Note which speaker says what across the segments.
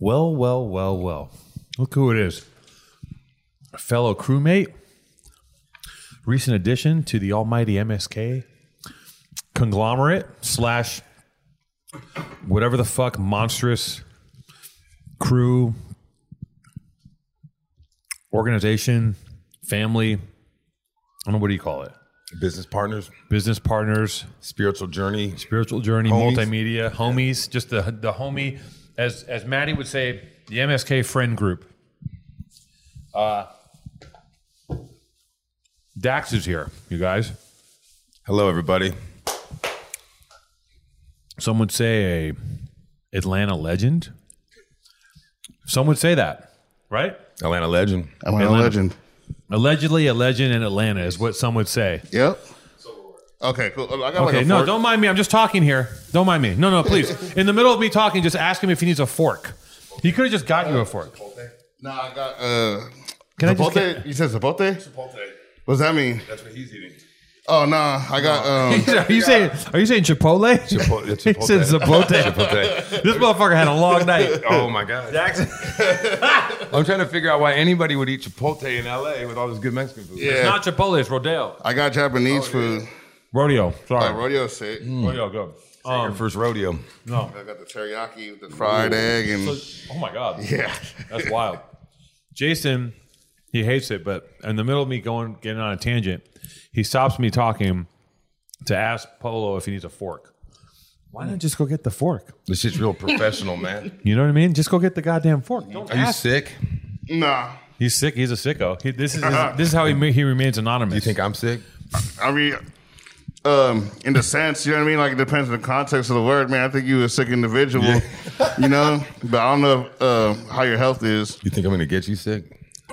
Speaker 1: Well, well, well, well. Look who it is. A fellow crewmate, recent addition to the almighty MSK conglomerate slash whatever the fuck monstrous crew organization family i don't know what do you call it
Speaker 2: Business partners,
Speaker 1: business partners
Speaker 2: spiritual journey.
Speaker 1: spiritual journey,
Speaker 2: Homies.
Speaker 1: multimedia, homies, just the the homie, as as Maddie would say, the MSK friend group. Uh, Dax is here, you guys.
Speaker 2: Hello, everybody.
Speaker 1: Some would say a Atlanta legend. Some would say that, right?
Speaker 2: Atlanta legend.
Speaker 3: I'm a legend.
Speaker 1: Allegedly, a legend in Atlanta is what some would say.
Speaker 3: Yep. Okay, cool. Oh, I got
Speaker 1: Okay,
Speaker 3: like a
Speaker 1: no,
Speaker 3: fork.
Speaker 1: don't mind me. I'm just talking here. Don't mind me. No, no, please. In the middle of me talking, just ask him if he needs a fork. He could have just got you a fork.
Speaker 3: No, I got. Uh,
Speaker 1: Can I just
Speaker 3: Zapote? you said Zapote?
Speaker 2: Chipotle.
Speaker 3: What does that mean?
Speaker 2: That's what he's eating.
Speaker 3: Oh, nah. I got. Um,
Speaker 1: Are you saying? Are you saying Chipotle?
Speaker 2: Chipotle.
Speaker 1: he said Zapote.
Speaker 2: Chipotle.
Speaker 1: this motherfucker had a long night.
Speaker 2: Oh my god. I'm trying to figure out why anybody would eat Chipotle in LA with all this good Mexican food.
Speaker 3: yeah.
Speaker 1: Not Chipotle. It's Rodeo.
Speaker 3: I got Japanese food.
Speaker 1: Rodeo. Sorry.
Speaker 3: Oh, Like rodeo sick.
Speaker 2: Oh,
Speaker 1: Rodeo. Um, Go.
Speaker 2: Your
Speaker 3: Um,
Speaker 2: first rodeo.
Speaker 1: No.
Speaker 3: I got the teriyaki with the fried egg and
Speaker 1: Oh my god.
Speaker 3: yeah.
Speaker 1: That's wild. Jason, he hates it, but in the middle of me going getting on a tangent, he stops me talking to ask Polo if he needs a fork. Why not just go get the fork?
Speaker 2: This shit's real professional, man.
Speaker 1: You know what I mean? Just go get the goddamn fork. Don't
Speaker 2: Are you
Speaker 1: ask.
Speaker 2: sick?
Speaker 3: Nah.
Speaker 1: He's sick. He's a sicko. He, this is his, this is how he ma- he remains anonymous.
Speaker 2: You think I'm sick?
Speaker 3: I mean, um, in the sense, you know what I mean? Like, it depends on the context of the word, man. I think you a sick individual, you know? But I don't know uh, how your health is.
Speaker 2: You think I'm gonna get you sick?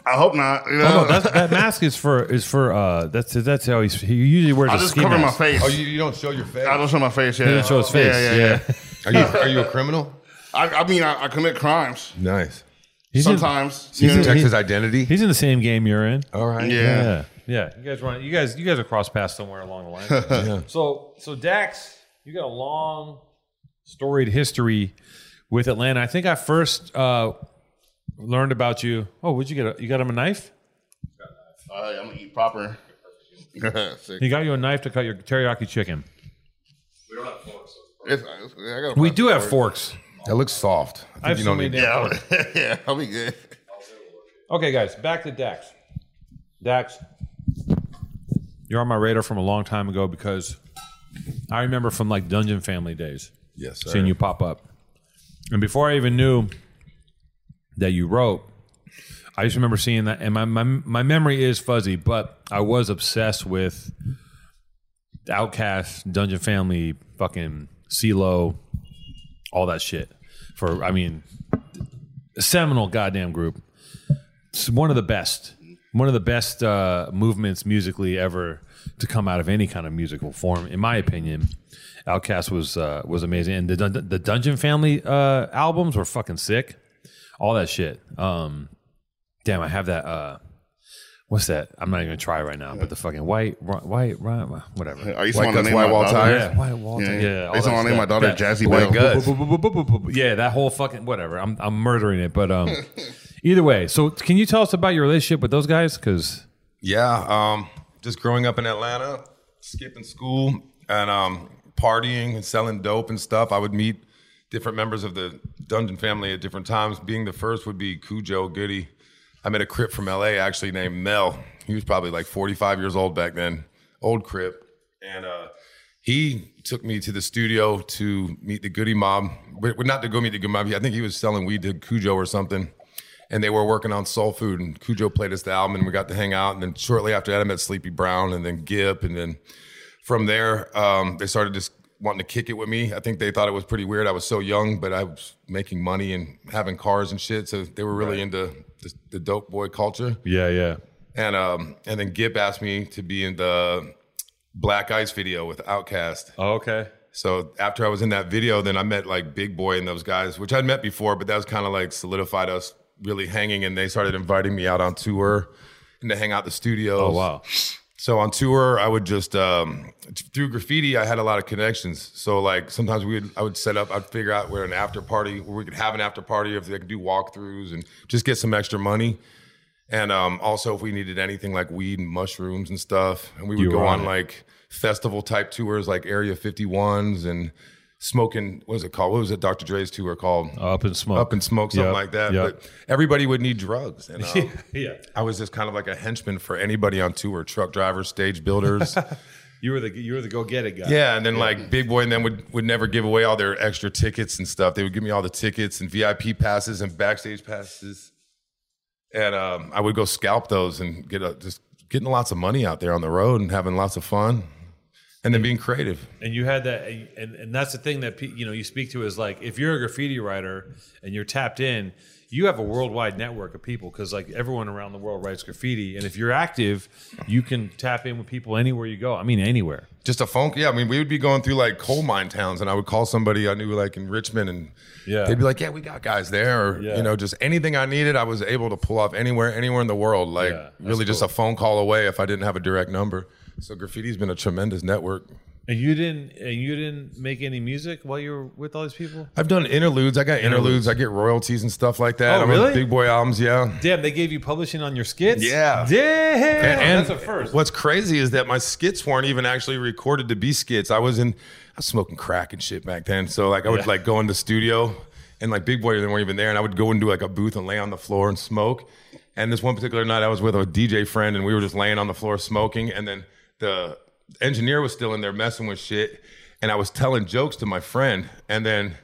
Speaker 3: I hope not. You know?
Speaker 1: Oh, no, that's, that mask is for is for uh that's that's how he's he usually wears
Speaker 3: I
Speaker 1: a
Speaker 3: just
Speaker 1: ski
Speaker 3: cover my
Speaker 1: mask.
Speaker 3: face.
Speaker 2: Oh, you, you don't show your face.
Speaker 3: I don't show my face. Yeah,
Speaker 1: He doesn't show his face.
Speaker 3: Yeah,
Speaker 1: Yeah,
Speaker 3: yeah. yeah.
Speaker 2: Are you are you a criminal?
Speaker 3: I, I mean, I, I commit crimes
Speaker 2: Nice.
Speaker 1: He's in-
Speaker 3: sometimes.
Speaker 2: You
Speaker 3: You know?
Speaker 2: Texas identity.
Speaker 1: He's in the same game you're in.
Speaker 2: all right.
Speaker 3: Yeah.
Speaker 1: Yeah. Yeah. You guys run you guys you guys are cross paths somewhere along the line. So so Dax, you got a long storied history with Atlanta. I think I first uh learned about you. Oh, would you get a, you got him a knife?
Speaker 3: All right, I'm gonna eat proper. Sick.
Speaker 1: He got you a knife to cut your teriyaki chicken.
Speaker 3: It's- it's- yeah, I gotta
Speaker 1: We
Speaker 3: find
Speaker 1: do
Speaker 3: some
Speaker 1: have
Speaker 3: work.
Speaker 1: forks.
Speaker 2: That looks soft. I think
Speaker 1: I have
Speaker 2: you
Speaker 1: so
Speaker 2: don't
Speaker 1: many
Speaker 2: need.
Speaker 1: damn
Speaker 3: Yeah,
Speaker 1: forks.
Speaker 3: I'll- yeah, I'll be good.
Speaker 1: Okay, guys, back to Dax. Dax, you're on my radar from a long time ago because I remember from like Dungeon Family days
Speaker 2: Yes, sir.
Speaker 1: seeing you pop up. And before I even knew that you wrote, I just remember seeing that. And my, my, my memory is fuzzy, but I was obsessed with Outcast, Dungeon Family, fucking CeeLo, all that shit. For, I mean, seminal goddamn group. It's one of the best, one of the best uh, movements musically ever to come out of any kind of musical form, in my opinion. Outcast was uh, was amazing, and the Dun- the Dungeon Family uh, albums were fucking sick. All that shit. Um, damn, I have that. Uh, what's that? I'm not even gonna try right now. But the fucking white, ri- white, white whatever.
Speaker 3: I used
Speaker 2: White
Speaker 3: to want to
Speaker 2: guts,
Speaker 3: name
Speaker 2: white
Speaker 3: my
Speaker 2: wall
Speaker 3: daughter.
Speaker 2: tires.
Speaker 1: Oh, Yeah, white Walter. Yeah, all
Speaker 3: I used to
Speaker 1: that
Speaker 3: want to name my
Speaker 1: stuff.
Speaker 3: daughter
Speaker 1: That-
Speaker 3: Jazzy
Speaker 2: White
Speaker 3: Bell.
Speaker 2: guts.
Speaker 1: yeah, that whole fucking whatever. I'm I'm murdering it, but um, either way. So, can you tell us about your relationship with those guys? Because
Speaker 2: Yeah, um, just growing up in Atlanta, skipping school and um, partying and selling dope and stuff. I would meet different members of the Dungeon family at different times. Being the first would be Cujo Goody. I met a Crip from LA actually named Mel. He was probably like 45 years old back then, old Crip. And uh, he took me to the studio to meet the Goody Mob. We're not to go meet the Goody Mob. I think he was selling weed to Cujo or something and they were working on Soul Food. And Cujo played us the album, and we got to hang out. And then shortly after that, I met Sleepy Brown, and then Gip, and then from there, um, they started just wanting to kick it with me. I think they thought it was pretty weird. I was so young, but I was making money and having cars and shit, so they were really into the, the dope boy culture.
Speaker 1: yeah, yeah,
Speaker 2: And um, and then Gip asked me to be in the Black Ice video with Outkast.
Speaker 1: oh, okay,
Speaker 2: So after I was in that video, then I met like Big Boy and those guys, which I'd met before, but that was kind of like solidified us really hanging. And they started inviting me out on tour and to hang out the studios.
Speaker 1: oh wow,
Speaker 2: So on tour, I would just um, t- through graffiti, I had a lot of connections. So like sometimes we would, I would set up, I'd figure out where an after party where we could have an after party if they could do walkthroughs and just get some extra money. And um, also if we needed anything like weed and mushrooms and stuff, and we would
Speaker 1: You were
Speaker 2: go
Speaker 1: on
Speaker 2: on
Speaker 1: it.
Speaker 2: like festival type tours like Area 51s and smoking. What was it called? What was it? Dr. Dre's tour called?
Speaker 1: Up in smoke.
Speaker 2: Up and smoke, something
Speaker 1: Uh, Yep,
Speaker 2: like that.
Speaker 1: yep.
Speaker 2: But everybody would need drugs. And, um,
Speaker 1: yeah.
Speaker 2: I was just kind of like a henchman for anybody on tour, truck drivers, stage builders.
Speaker 1: You were the you were the go get it guy.
Speaker 2: yeah, and then like Big Boy and then would would never give away all their extra tickets and stuff. They would give me all the tickets and VIP passes and backstage passes. And um, I would go scalp those and get a, just getting lots of money out there on the road and having lots of fun and then being creative.
Speaker 1: and you had that and, and that's the thing that pe- you know you speak to is like if you're a graffiti writer and you're tapped in you have a worldwide network of people because like everyone around the world writes graffiti and if you're active you can tap in with people anywhere you go i mean anywhere
Speaker 2: Just a funk. Yeah, I mean, we would be going through like coal mine towns, and I would call somebody I knew like in Richmond, and
Speaker 1: Yeah.
Speaker 2: they'd be like, "Yeah, we got guys there," or
Speaker 1: Yeah.
Speaker 2: you know, just anything I needed, I was able to pull off anywhere, anywhere in the world. Like
Speaker 1: Yeah, that's
Speaker 2: really, just a phone call away if I didn't have a direct number. So graffiti's been a tremendous network.
Speaker 1: and you didn't and you didn't make any music while you were with all these people
Speaker 2: I've done interludes. I got interludes. I get royalties and stuff like that.
Speaker 1: Oh,
Speaker 2: I'm
Speaker 1: really?
Speaker 2: on big boy albums. Yeah.
Speaker 1: damn they gave you publishing on your skits
Speaker 2: Yeah.
Speaker 1: damn
Speaker 2: And,
Speaker 1: that's a first
Speaker 2: What's crazy is that my skits weren't even actually recorded to be skits. I was in, I was smoking crack and shit back then. So like I would
Speaker 1: Yeah.
Speaker 2: like go in the studio and like Big Boy they weren't even there, and I would go into like a booth and lay on the floor and smoke. And this one particular night, I was with a DJ friend, and we were just laying on the floor smoking, and then the engineer was still in there messing with shit, and I was telling jokes to my friend, and then.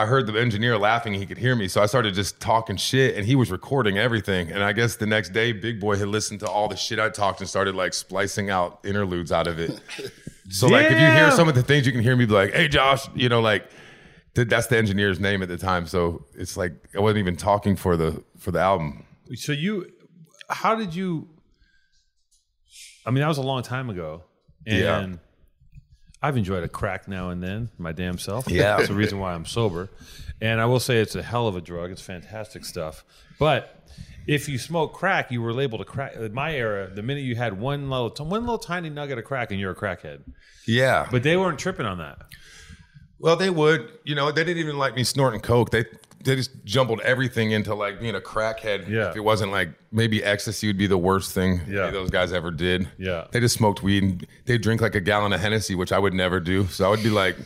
Speaker 2: I heard the engineer laughing. He could hear me. So I started just talking shit and he was recording everything. And I guess the next day, Big Boy had listened to all the shit I talked and started like splicing out interludes out of it. So, like, if you hear
Speaker 1: Damn.
Speaker 2: some of the things, you can hear me be like, hey, Josh, you know, like, th- that's the engineer's name at the time. So it's like, I wasn't even talking for the for the album.
Speaker 1: so you how did you i mean that was a long time ago and
Speaker 2: Yeah.
Speaker 1: i've enjoyed a crack now and then my damn self
Speaker 2: Yeah.
Speaker 1: that's the reason why i'm sober and i will say it's a hell of a drug it's fantastic stuff but if you smoke crack you were labeled a crack in my era the minute you had one little one little tiny nugget of crack and you're a crackhead
Speaker 2: Yeah.
Speaker 1: but they weren't tripping on that
Speaker 2: Oh, Well, they would. You know, they didn't even like me snorting coke. They they just jumbled everything into like being a crackhead.
Speaker 1: Yeah.
Speaker 2: If it wasn't like maybe ecstasy would be the worst thing
Speaker 1: Yeah.
Speaker 2: any of those guys ever did.
Speaker 1: Yeah.
Speaker 2: They just smoked weed and they drink like a gallon of Hennessy, which I would never do. So I would be like,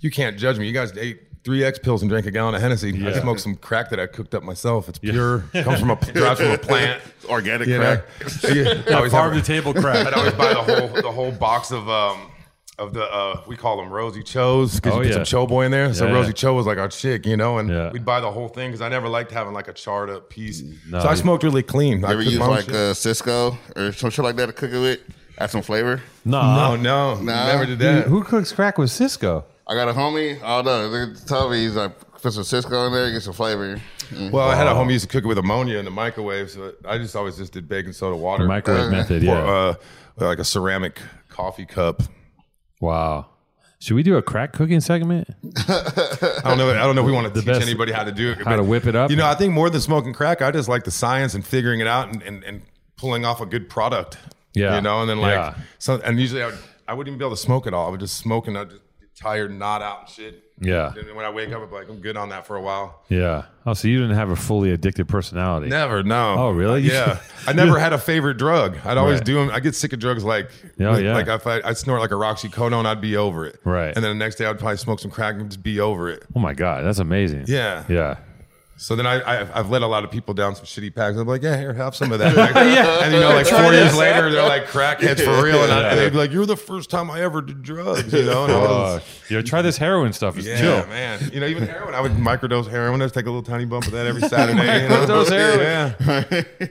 Speaker 2: you can't judge me. You guys ate three X pills and drank a gallon of Hennessy. I
Speaker 1: Yeah.
Speaker 2: smoked some crack that I cooked up myself. It's pure. comes from a drives from a plant.
Speaker 3: Organic
Speaker 2: You know?
Speaker 3: crack.
Speaker 2: Yeah. I always
Speaker 1: farm
Speaker 2: have-
Speaker 1: to table crack
Speaker 2: I'd always buy the whole the whole box of um of the uh we call them Rosie Cho's because
Speaker 1: Oh,
Speaker 2: you get
Speaker 1: yeah.
Speaker 2: some Cho boy in there. So
Speaker 1: Yeah,
Speaker 2: Rosie
Speaker 1: yeah.
Speaker 2: Cho was like our chick, you know, and
Speaker 1: Yeah.
Speaker 2: we'd buy the whole thing because I never liked having like a charred up piece.
Speaker 1: No,
Speaker 2: so I
Speaker 1: you-
Speaker 2: smoked really clean. I
Speaker 3: Ever
Speaker 2: cooked
Speaker 3: use
Speaker 2: my own
Speaker 3: like
Speaker 2: shit.
Speaker 3: uh, Cisco or some shit like that to cook it with? Add some flavor.
Speaker 1: no
Speaker 2: oh no,
Speaker 3: Nah.
Speaker 2: never did that.
Speaker 1: who cooks crack with cisco
Speaker 3: I got a homie. Oh no, they tell me he's like put some Cisco in there, get some flavor. Mm.
Speaker 2: well, I had a homie who used to cook it with ammonia in the microwave, so I just always just did baking soda water,
Speaker 1: microwave method
Speaker 2: or,
Speaker 1: yeah
Speaker 2: uh, like a ceramic coffee cup.
Speaker 1: Wow. Should we do a crack cooking segment?
Speaker 2: I don't know. I don't know if we want to teach
Speaker 1: best-
Speaker 2: anybody how to do it.
Speaker 1: how to whip it up.
Speaker 2: You know, I think more than smoking crack, I just like the science and figuring it out and, and, and pulling off a good product.
Speaker 1: Yeah.
Speaker 2: You know, and then like
Speaker 1: Yeah.
Speaker 2: so, and usually I, would, I wouldn't even be able to smoke at all. I would just smoke and I'd just be tired, and not out and shit.
Speaker 1: Yeah.
Speaker 2: And then when I wake up, I'd be like, I'm good on that for a while.
Speaker 1: Yeah. Oh, so you didn't have a fully addicted personality.
Speaker 2: Never, no.
Speaker 1: Oh, really?
Speaker 2: Yeah. I never had a favorite drug. I'd always
Speaker 1: Right.
Speaker 2: do them. I get sick of drugs like,
Speaker 1: Oh, yeah.
Speaker 2: like if I, I'd snort like a Roxycodone, I'd be over it.
Speaker 1: Right.
Speaker 2: And then the next day, I'd probably smoke some crack and just be over it.
Speaker 1: Oh my God, that's amazing.
Speaker 2: Yeah.
Speaker 1: Yeah.
Speaker 2: So then I, I I've let a lot of people down some shitty packs. I'm like, yeah, here, have some of that. And you know, like four years later, they're like crackheads for real, and, I, and they'd be like, you're the first time I ever did drugs, you know. And I was,
Speaker 1: Uh, yo, try this heroin stuff. It's
Speaker 2: yeah,
Speaker 1: chill.
Speaker 2: man. You know, even heroin, I would microdose heroin. I just take a little tiny bump of that every Saturday. you know?
Speaker 1: Microdose heroin.
Speaker 2: Yeah.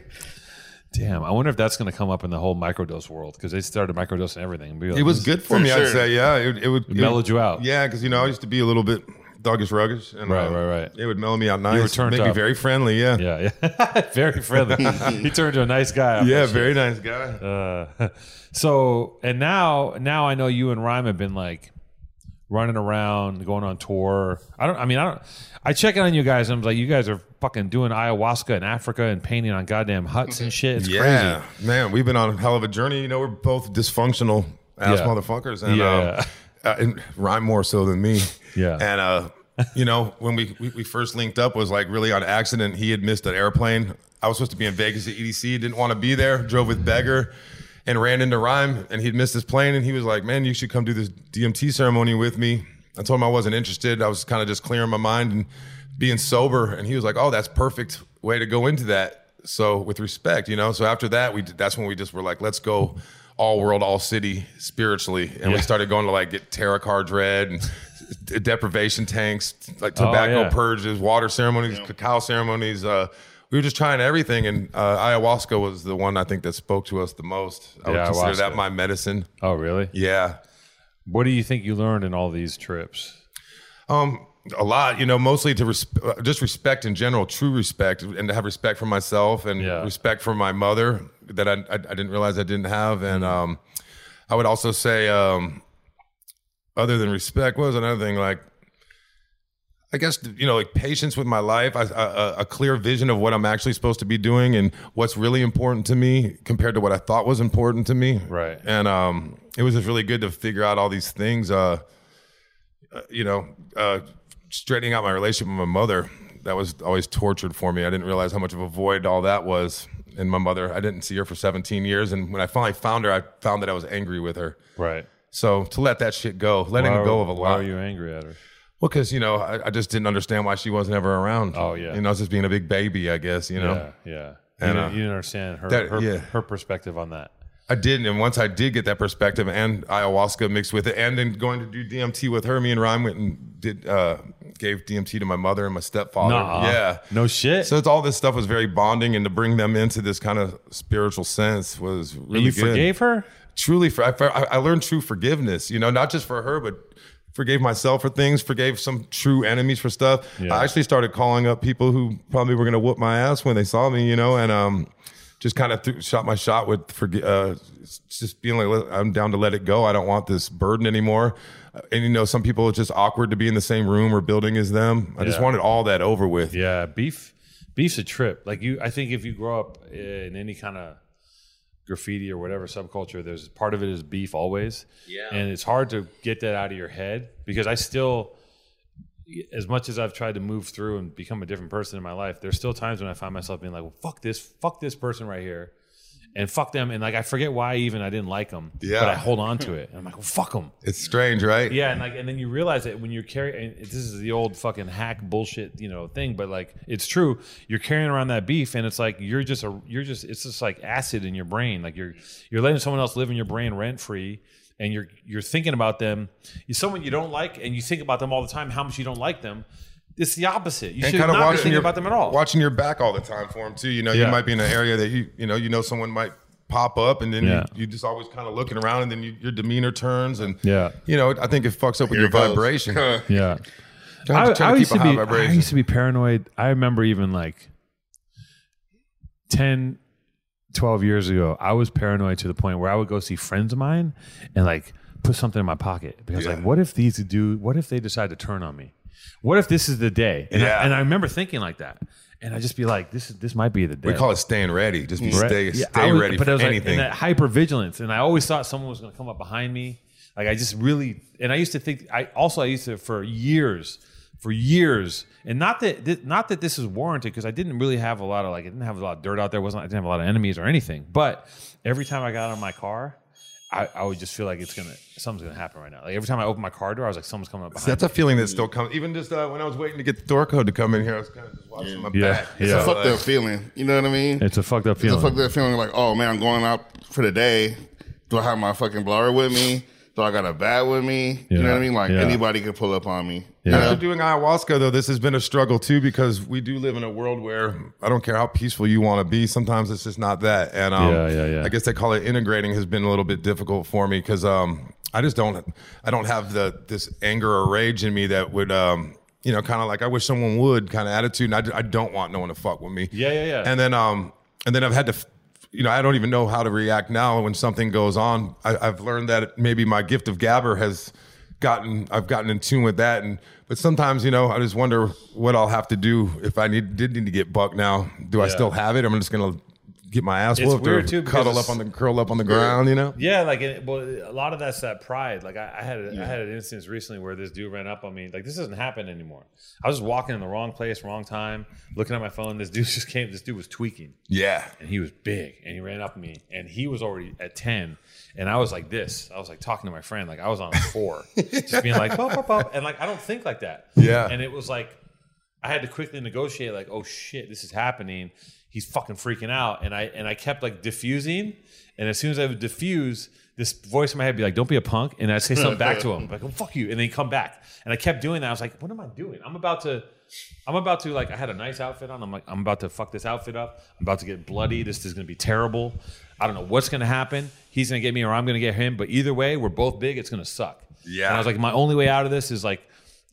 Speaker 1: Damn. I wonder if that's going to come up in the whole microdose world because they started microdosing everything. Be like,
Speaker 2: It
Speaker 1: this-
Speaker 2: was good for, me, I'd
Speaker 3: sure.
Speaker 2: say. Yeah, it, it would it
Speaker 1: mellowed
Speaker 2: would-
Speaker 1: you out.
Speaker 2: Yeah, because you know I used to be a little bit doggish, ruggish, and
Speaker 1: Right,
Speaker 2: um,
Speaker 1: right, right.
Speaker 2: It would mellow me out nice.
Speaker 1: turned
Speaker 2: make me
Speaker 1: up.
Speaker 2: very friendly. Yeah, yeah,
Speaker 1: Yeah. Yeah. very friendly. he turned to a nice guy. after that shit.
Speaker 2: very nice guy.
Speaker 1: Uh, so and now now I know you and Rhyme have been like running around, going on tour. I don't. I mean, I don't. I check in on you guys. and I'm like, you guys are fucking doing ayahuasca in Africa and painting on goddamn huts and shit. It's
Speaker 2: yeah, man, we've been on a hell of a journey. You know, we're both dysfunctional ass
Speaker 1: Yeah.
Speaker 2: motherfuckers, and
Speaker 1: Yeah.
Speaker 2: um, uh, and Ryan more so than me.
Speaker 1: Yeah.
Speaker 2: and uh, you know, when we, we we first linked up was like really on accident. He had missed an airplane. I was supposed to be in Vegas at EDC. Didn't want to be there. Drove with Beggar. And ran into Rhyme, and he'd missed his plane. And he was like, "Man, you should come do this DMT ceremony with me." I told him I wasn't interested. I was kind of just clearing my mind and being sober. And he was like, "Oh, that's perfect way to go into that." so with respect, you know. So after that, we did, that's when we just were like, let's go all world, all city spiritually, and we
Speaker 1: Yeah.
Speaker 2: started going to like get tarot cards read and d- deprivation tanks, like tobacco
Speaker 1: Oh, yeah.
Speaker 2: purges, water ceremonies, cacao ceremonies. Uh, we were just trying everything, and uh, ayahuasca was the one I think that spoke to us the most. I would
Speaker 1: Yeah,
Speaker 2: consider
Speaker 1: ayahuasca.
Speaker 2: that my medicine.
Speaker 1: crazy. Oh, really?
Speaker 2: Yeah,
Speaker 1: What do you think you learned in all these trips?
Speaker 2: Um, a lot, you know, mostly to res- uh, just respect in general, true respect, and to have respect for myself and
Speaker 1: Yeah.
Speaker 2: respect for my mother that I, I, I didn't realize I didn't have. And
Speaker 1: Mm-hmm.
Speaker 2: um, I would also say, um, other than respect, what was another thing? Like, I guess you know, like patience with my life, I- I- a, a clear vision of what I'm actually supposed to be doing and what's really important to me compared to what I thought was important to me.
Speaker 1: Right.
Speaker 2: And um, it was just really good to figure out all these things. Uh, uh, you know, uh, straightening out my relationship with my mother. That was always tortured for me. I didn't realize how much of a void all that was. And my mother, I didn't see her for 17 years. And when I finally found her, I found that I was angry with her.
Speaker 1: Right.
Speaker 2: So to let that shit go, letting
Speaker 1: Why,
Speaker 2: go of a
Speaker 1: why
Speaker 2: lot.
Speaker 1: are you angry at her?
Speaker 2: Well, because you know, I, I just didn't understand why she wasn't ever around.
Speaker 1: Oh, yeah.
Speaker 2: you know, I was just being a big baby, I guess. You know,
Speaker 1: Yeah, yeah.
Speaker 2: And,
Speaker 1: you, didn't,
Speaker 2: uh,
Speaker 1: you didn't understand her
Speaker 2: that-
Speaker 1: her,
Speaker 2: yeah.
Speaker 1: her perspective on that.
Speaker 2: I didn't. And once I did get that perspective and ayahuasca mixed with it, and then going to do DMT with her, me and Ryan went and did uh, gave DMT to my mother and my stepfather.
Speaker 1: Nah.
Speaker 2: Yeah,
Speaker 1: No shit.
Speaker 2: So it's all this stuff was very bonding, and to bring them into this kind of spiritual sense was really
Speaker 1: you
Speaker 2: good.
Speaker 1: forgave her?
Speaker 2: Truly, for, I, I learned true forgiveness. You know, not just for her, but forgave myself for things, forgave some true enemies for stuff.
Speaker 1: Yeah.
Speaker 2: I actually started calling up people who probably were going to whoop my ass when they saw me. You know, and um, just kind of th- shot my shot with forgi- uh, it's just being like, "Look, I'm down to let it go. I don't want this burden anymore. Uh, And you know, some people it's just awkward to be in the same room or building as them. I just
Speaker 1: Yeah.
Speaker 2: wanted all that over with.
Speaker 1: Yeah, beef beef's a trip. Like you I think if you grow up in any kind of graffiti or whatever subculture, there's part of it is beef always. Yeah. And it's hard to get that out of your head because I still as much as I've tried to move through and become a different person in my life, there's still times when I find myself being like, "Well, fuck this, fuck this person right here." And fuck them, and like I forget why even I didn't like them,
Speaker 2: Yeah.
Speaker 1: but I hold on to it. And I'm like, well, fuck them.
Speaker 2: It's strange, right?
Speaker 1: Yeah, and like, and then you realize that when you're carrying, this is the old fucking hack bullshit, you know, thing. But like, it's true. You're carrying around that beef, and it's like you're just a, you're just, it's just like acid in your brain. Like you're, you're letting someone else live in your brain rent free, and you're, you're thinking about them. You someone you don't like, and you think about them all the time. How much you don't like them. It's the opposite. You
Speaker 2: and
Speaker 1: should
Speaker 2: kind of
Speaker 1: not be
Speaker 2: watching
Speaker 1: thinking
Speaker 2: your,
Speaker 1: about them at all.
Speaker 2: Watching your back all the time for them too. You know,
Speaker 1: Yeah.
Speaker 2: you might be in an area that you you know you know someone might pop up, and then
Speaker 1: Yeah.
Speaker 2: you, you just always kind of looking around, and then you, your demeanor turns, and
Speaker 1: Yeah.
Speaker 2: you know, I think it fucks up with your
Speaker 3: it goes.
Speaker 2: vibration.
Speaker 1: yeah.
Speaker 2: Trying to- trying to keep a high
Speaker 1: be, I
Speaker 2: vibration.
Speaker 1: used to be paranoid. I remember even like 10, 12 years ago, I was paranoid to the point where I would go see friends of mine and like put something in my pocket because
Speaker 2: Yeah.
Speaker 1: like, what if these do, what if they decide to turn on me? What if this is the day? And,
Speaker 2: Yeah.
Speaker 1: I, and I remember thinking like that. And I'd just be like, this is, this might be the day.
Speaker 2: we call it staying ready. Just be
Speaker 1: Right.
Speaker 2: stay
Speaker 1: Yeah,
Speaker 2: stay
Speaker 1: I was-
Speaker 2: ready
Speaker 1: but
Speaker 2: for
Speaker 1: I was like
Speaker 2: anything.
Speaker 1: in that hyper vigilance, and I always thought someone was going to come up behind me. Like I just really, and I used to think. I also I used to for years, for years, and not that thi- not that this is warranted because I didn't really have a lot of like I didn't have a lot of dirt out there. wasn't I didn't have a lot of enemies or anything. But every time I got on my car. I, I would just feel like it's gonna something's gonna happen right now. Like every time I open my car door, I was like, someone's coming up behind.
Speaker 2: that's a feeling that still comes. Even just uh, when I was waiting to get the door code to come in here, I was kind of just watching my
Speaker 1: Yeah.
Speaker 2: back.
Speaker 1: Yeah.
Speaker 2: So,
Speaker 1: It's a
Speaker 3: Fuck
Speaker 2: like,
Speaker 3: that feeling. You know what I mean?
Speaker 1: me. It's a fucked up
Speaker 3: It's
Speaker 1: feeling.
Speaker 3: a fuck that feeling like, oh man, I'm going out for the day. Do I have my fucking blower with me? Do I got a bat with me? You know
Speaker 1: Yeah.
Speaker 3: what I mean? Like
Speaker 1: Yeah.
Speaker 3: anybody could pull up on me.
Speaker 1: Yeah.
Speaker 3: You know?
Speaker 2: After doing ayahuasca, though, this has been a struggle too because we do live in a world where I don't care how peaceful you want to be. Sometimes it's just not that. And um,
Speaker 1: Yeah, yeah, yeah.
Speaker 2: I guess they call it integrating has been a little bit difficult for me because um, I just don't I don't have the this anger or rage in me that would um, you know kind of like I wish someone would kind of attitude. And I d- I, don't want no one to fuck with me.
Speaker 1: Yeah, yeah, yeah.
Speaker 2: And then um and then I've had to. f- You know, I don't even know how to react now when something goes on. I, I've learned that maybe my gift of gabber has gotten I've gotten in tune with that. And but sometimes you know I just wonder what I'll have to do if I need did need to get bucked now. Do I
Speaker 1: Yeah.
Speaker 2: still have it? I'm just gonna get my ass
Speaker 1: It's
Speaker 2: whooped or
Speaker 1: weird, too, because
Speaker 2: cuddle up
Speaker 1: it's-
Speaker 2: on the curl up on the ground. You know.
Speaker 1: Yeah, like it, well, a lot of that's that pride. Like I, I had a, I had an instance recently where this dude ran up on me. Like this doesn't happen anymore. I was just walking in the wrong place, wrong time, looking at my phone. This dude just came. This dude was tweaking,
Speaker 2: Yeah.
Speaker 1: and he was big, and he ran up on me, and he was already at ten, and I was like this. I was like talking to my friend, like I was on four, just being like pop pop pop, and like I don't think like that.
Speaker 2: Yeah.
Speaker 1: and it was like I had to quickly negotiate, like, oh shit, this is happening. He's fucking freaking out, and I and I kept like diffusing, and as soon as I would diffuse, this voice in my head would be like, "Don't be a punk," and I'd say something back to him, like, "Oh fuck you," and then he'd come back, and I kept doing that. I was like, "What am I doing? I'm about to, I'm about to like, I had a nice outfit on. I'm like, I'm about to fuck this outfit up. I'm about to get bloody. This is gonna be terrible. I don't know what's gonna happen. He's gonna get me, or I'm gonna get him. But either way, we're both big. It's gonna suck."
Speaker 2: Yeah.
Speaker 1: and I was like, my only way out of this is like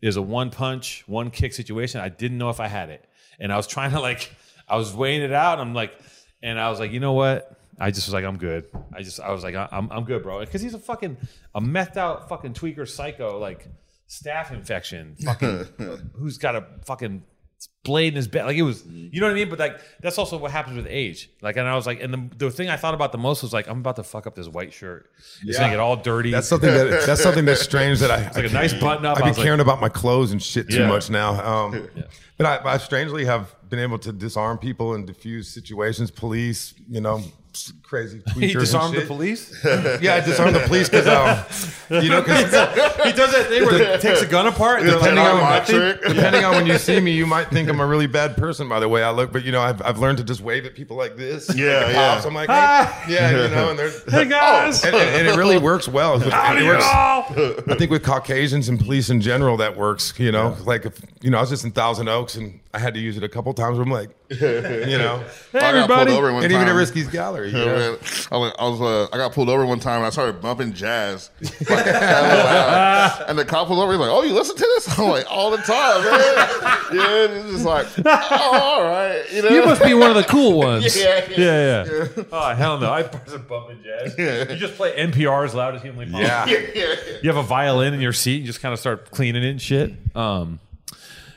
Speaker 1: is a one punch, one kick situation. I didn't know if I had it. And I was trying to like, I was weighing it out. I'm like, and I was like, you know what? I just was like, I'm good. I just, I was like, I- I'm, I'm good, bro. Because he's a fucking, a methed out fucking tweaker psycho, like staff infection, fucking, who's got a fucking blade in his back. Like it was, you know what I mean? But like, that's also what happens with age. Like, and I was like, and the, the thing I thought about the most was like, I'm about to fuck up this white shirt. It's
Speaker 2: Yeah.
Speaker 1: gonna get all dirty.
Speaker 2: That's something that that's something that's strange that I it's
Speaker 1: like a nice button up.
Speaker 2: I've
Speaker 1: I
Speaker 2: been
Speaker 1: was like-
Speaker 2: caring about my clothes and shit too
Speaker 1: Yeah.
Speaker 2: much now. Um, But I, I strangely have been able to disarm people and diffuse situations, police, you know, s- crazy tweakers.
Speaker 1: he
Speaker 2: and
Speaker 1: disarmed the
Speaker 2: shit.
Speaker 1: police.
Speaker 2: Yeah, I disarmed the police because, um, you know, 'cause
Speaker 1: he does that thing where he takes a gun apart. And they're like,
Speaker 2: depending
Speaker 3: I'm
Speaker 2: on
Speaker 3: my
Speaker 2: I think-
Speaker 3: trick.
Speaker 2: depending on when you see me, you might think I'm a really bad person by the way I look. But you know, I've, I've learned to just wave at people like this. like
Speaker 3: Yeah,
Speaker 2: the
Speaker 3: yeah.
Speaker 2: cops. I'm like, hey, yeah, you know, and they're
Speaker 1: hey guys,
Speaker 2: and, and, and it really works well. It
Speaker 1: out of
Speaker 2: works-
Speaker 1: y'all.
Speaker 2: I think with Caucasians and police in general, that works. You know, like if you know, I was just in Thousand Oaks and I had to use it a couple times. I'm like, you know,
Speaker 3: I got
Speaker 1: everybody.
Speaker 3: pulled over one
Speaker 2: and even at
Speaker 3: time.
Speaker 2: Risky's Gallery. You
Speaker 3: Yeah,
Speaker 2: know?
Speaker 3: man. I was, I, was uh, I got pulled over one time and I started bumping jazz. Like, hella loud. and the cop pulled over. He's like, "Oh, you listen to this?" I'm like, "All the time, man." yeah, and it's just like, "Oh, all right," you know.
Speaker 1: You must be one of the cool ones.
Speaker 3: Yeah, yeah,
Speaker 1: yeah, yeah. Oh hell no! I person bumping jazz. You just play NPR as loud as humanly possible.
Speaker 2: Yeah.
Speaker 1: You have a violin in your seat. You just kind of start cleaning it and shit. Um,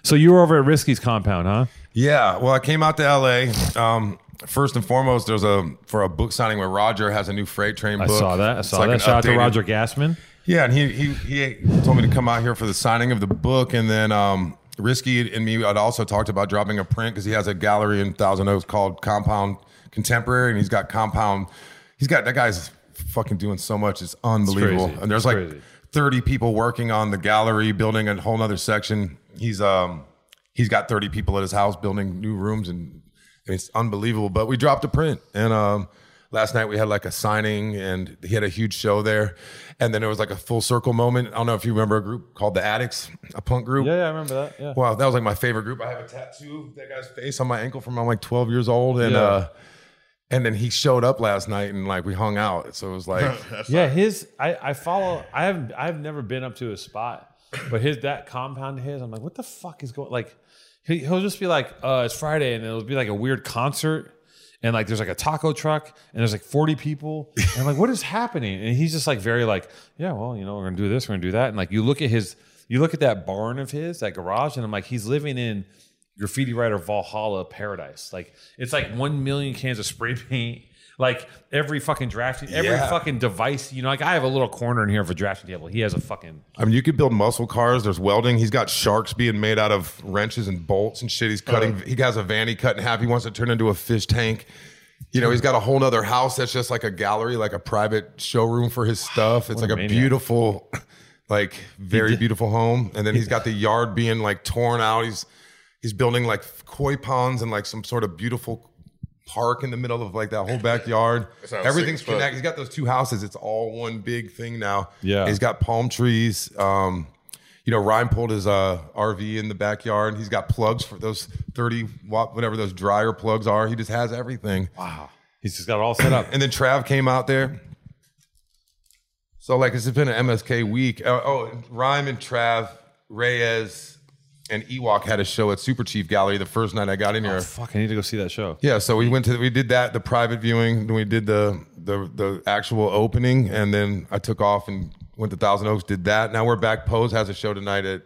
Speaker 1: so you were over at Risky's compound, huh?
Speaker 2: Yeah, well, I came out to LA. Um, first and foremost, there's a for a book signing where Roger has a new freight train
Speaker 1: I
Speaker 2: book.
Speaker 1: saw that. I
Speaker 2: It's
Speaker 1: saw
Speaker 2: like
Speaker 1: that.
Speaker 2: an
Speaker 1: Shout out to
Speaker 2: updated-
Speaker 1: Roger Gassman.
Speaker 2: Yeah, and he he he told me to come out here for the signing of the book, and then um, Risky and me had also talked about dropping a print because he has a gallery in Thousand Oaks called Compound Contemporary, and he's got Compound. He's got that guy's fucking doing so much; it's unbelievable.
Speaker 1: crazy.
Speaker 2: And there's
Speaker 1: It's
Speaker 2: like
Speaker 1: crazy.
Speaker 2: thirty people working on the gallery, building a whole nother section. He's um he's got thirty people at his house building new rooms, and, and it's unbelievable. But we dropped a print, and um last night we had like a signing, and he had a huge show there, and then it was like a full circle moment. I don't know if you remember a group called the Addicts, a punk group.
Speaker 1: Yeah, yeah, I remember that. Yeah.
Speaker 2: Wow, that was like my favorite group. I have a tattoo of that guy's face on my ankle from I'm like 12 years old, and
Speaker 1: Yeah.
Speaker 2: uh, and then he showed up last night, and like we hung out. So it was like.
Speaker 1: Yeah, his I, I follow I haven't I've never been up to his spot, but his that compound of his, I'm like, what the fuck is going like he he'll just be like, uh, it's Friday and it'll be like a weird concert and like there's like a taco truck and there's like 40 people. And I'm like, what is happening? And he's just like very like, yeah, well, you know, we're gonna do this, we're gonna do that. And like you look at his you look at that barn of his, that garage, and I'm like, he's living in graffiti writer Valhalla paradise. Like it's like one million cans of spray paint. Like every fucking drafting, every
Speaker 2: Yeah.
Speaker 1: fucking device. You know, like I have a little corner in here of a drafting table. He has a fucking
Speaker 2: I mean, you could build muscle cars. There's welding. He's got sharks being made out of wrenches and bolts and shit. He's cutting. he has a van he cut in half. He wants to turn into a fish tank. You know, he's got a whole nother house that's just like a gallery, like a private showroom for his stuff. It's
Speaker 1: a
Speaker 2: like a,
Speaker 1: maniac.
Speaker 2: beautiful, like very beautiful home. And then he's got the yard being like torn out. He's he's building like koi ponds and like some sort of beautiful park in the middle of like that whole backyard.
Speaker 3: sounds sick
Speaker 2: Everything's
Speaker 3: as fuck.
Speaker 2: connected. He's got those two houses. It's all one big thing now.
Speaker 1: Yeah.
Speaker 2: He's got palm trees. Um, you know, Ryan pulled his uh, RV in the backyard. He's got plugs for those 30 watt, whatever those dryer plugs are. He just has everything.
Speaker 1: wow. He's just got it all set up.
Speaker 2: And then Trav came out there. So, like, it's been an MSK week. Uh, oh, Ryan and Trav, Reyes, and Ewok had a show at Super Chief Gallery the first night I got in here.
Speaker 1: Fuck, I need to go see that show.
Speaker 2: Yeah, so we went to we did that the private viewing, then we did the the the actual opening, and then I took off and went to Thousand Oaks, did that. Now we're back. Pose has a show tonight at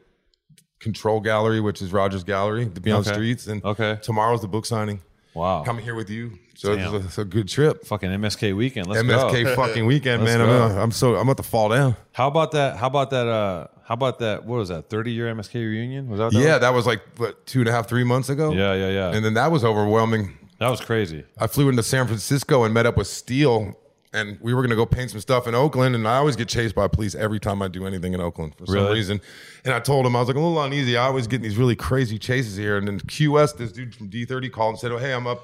Speaker 2: Control Gallery, which is Rogers Gallery, the Beyond
Speaker 1: Okay.
Speaker 2: Streets. And
Speaker 1: Okay.
Speaker 2: tomorrow's the book signing.
Speaker 1: Wow.
Speaker 2: Coming here with you. So it's
Speaker 1: Damn.
Speaker 2: a, it's a good trip.
Speaker 1: Fucking MSK weekend. Let's
Speaker 2: MSK
Speaker 1: go.
Speaker 2: fucking weekend,
Speaker 1: Let's
Speaker 2: man. I'm,
Speaker 1: go.
Speaker 2: I'm so I'm about to fall down.
Speaker 1: How about that? How about that? Uh, how about that? What was that? Thirty year MSK reunion? Was that? that
Speaker 2: Yeah,
Speaker 1: one?
Speaker 2: that was like what two and a half, three months ago.
Speaker 1: Yeah, yeah, yeah.
Speaker 2: And then that was overwhelming.
Speaker 1: that was crazy.
Speaker 2: I flew into San Francisco and met up with Steele, and we were gonna go paint some stuff in Oakland. And I always get chased by police every time I do anything in Oakland for some
Speaker 1: Really?
Speaker 2: reason. And I told him I was like a little uneasy. I always get these really crazy chases here. And then QS, this dude from D30 called and said, "Oh hey, I'm up.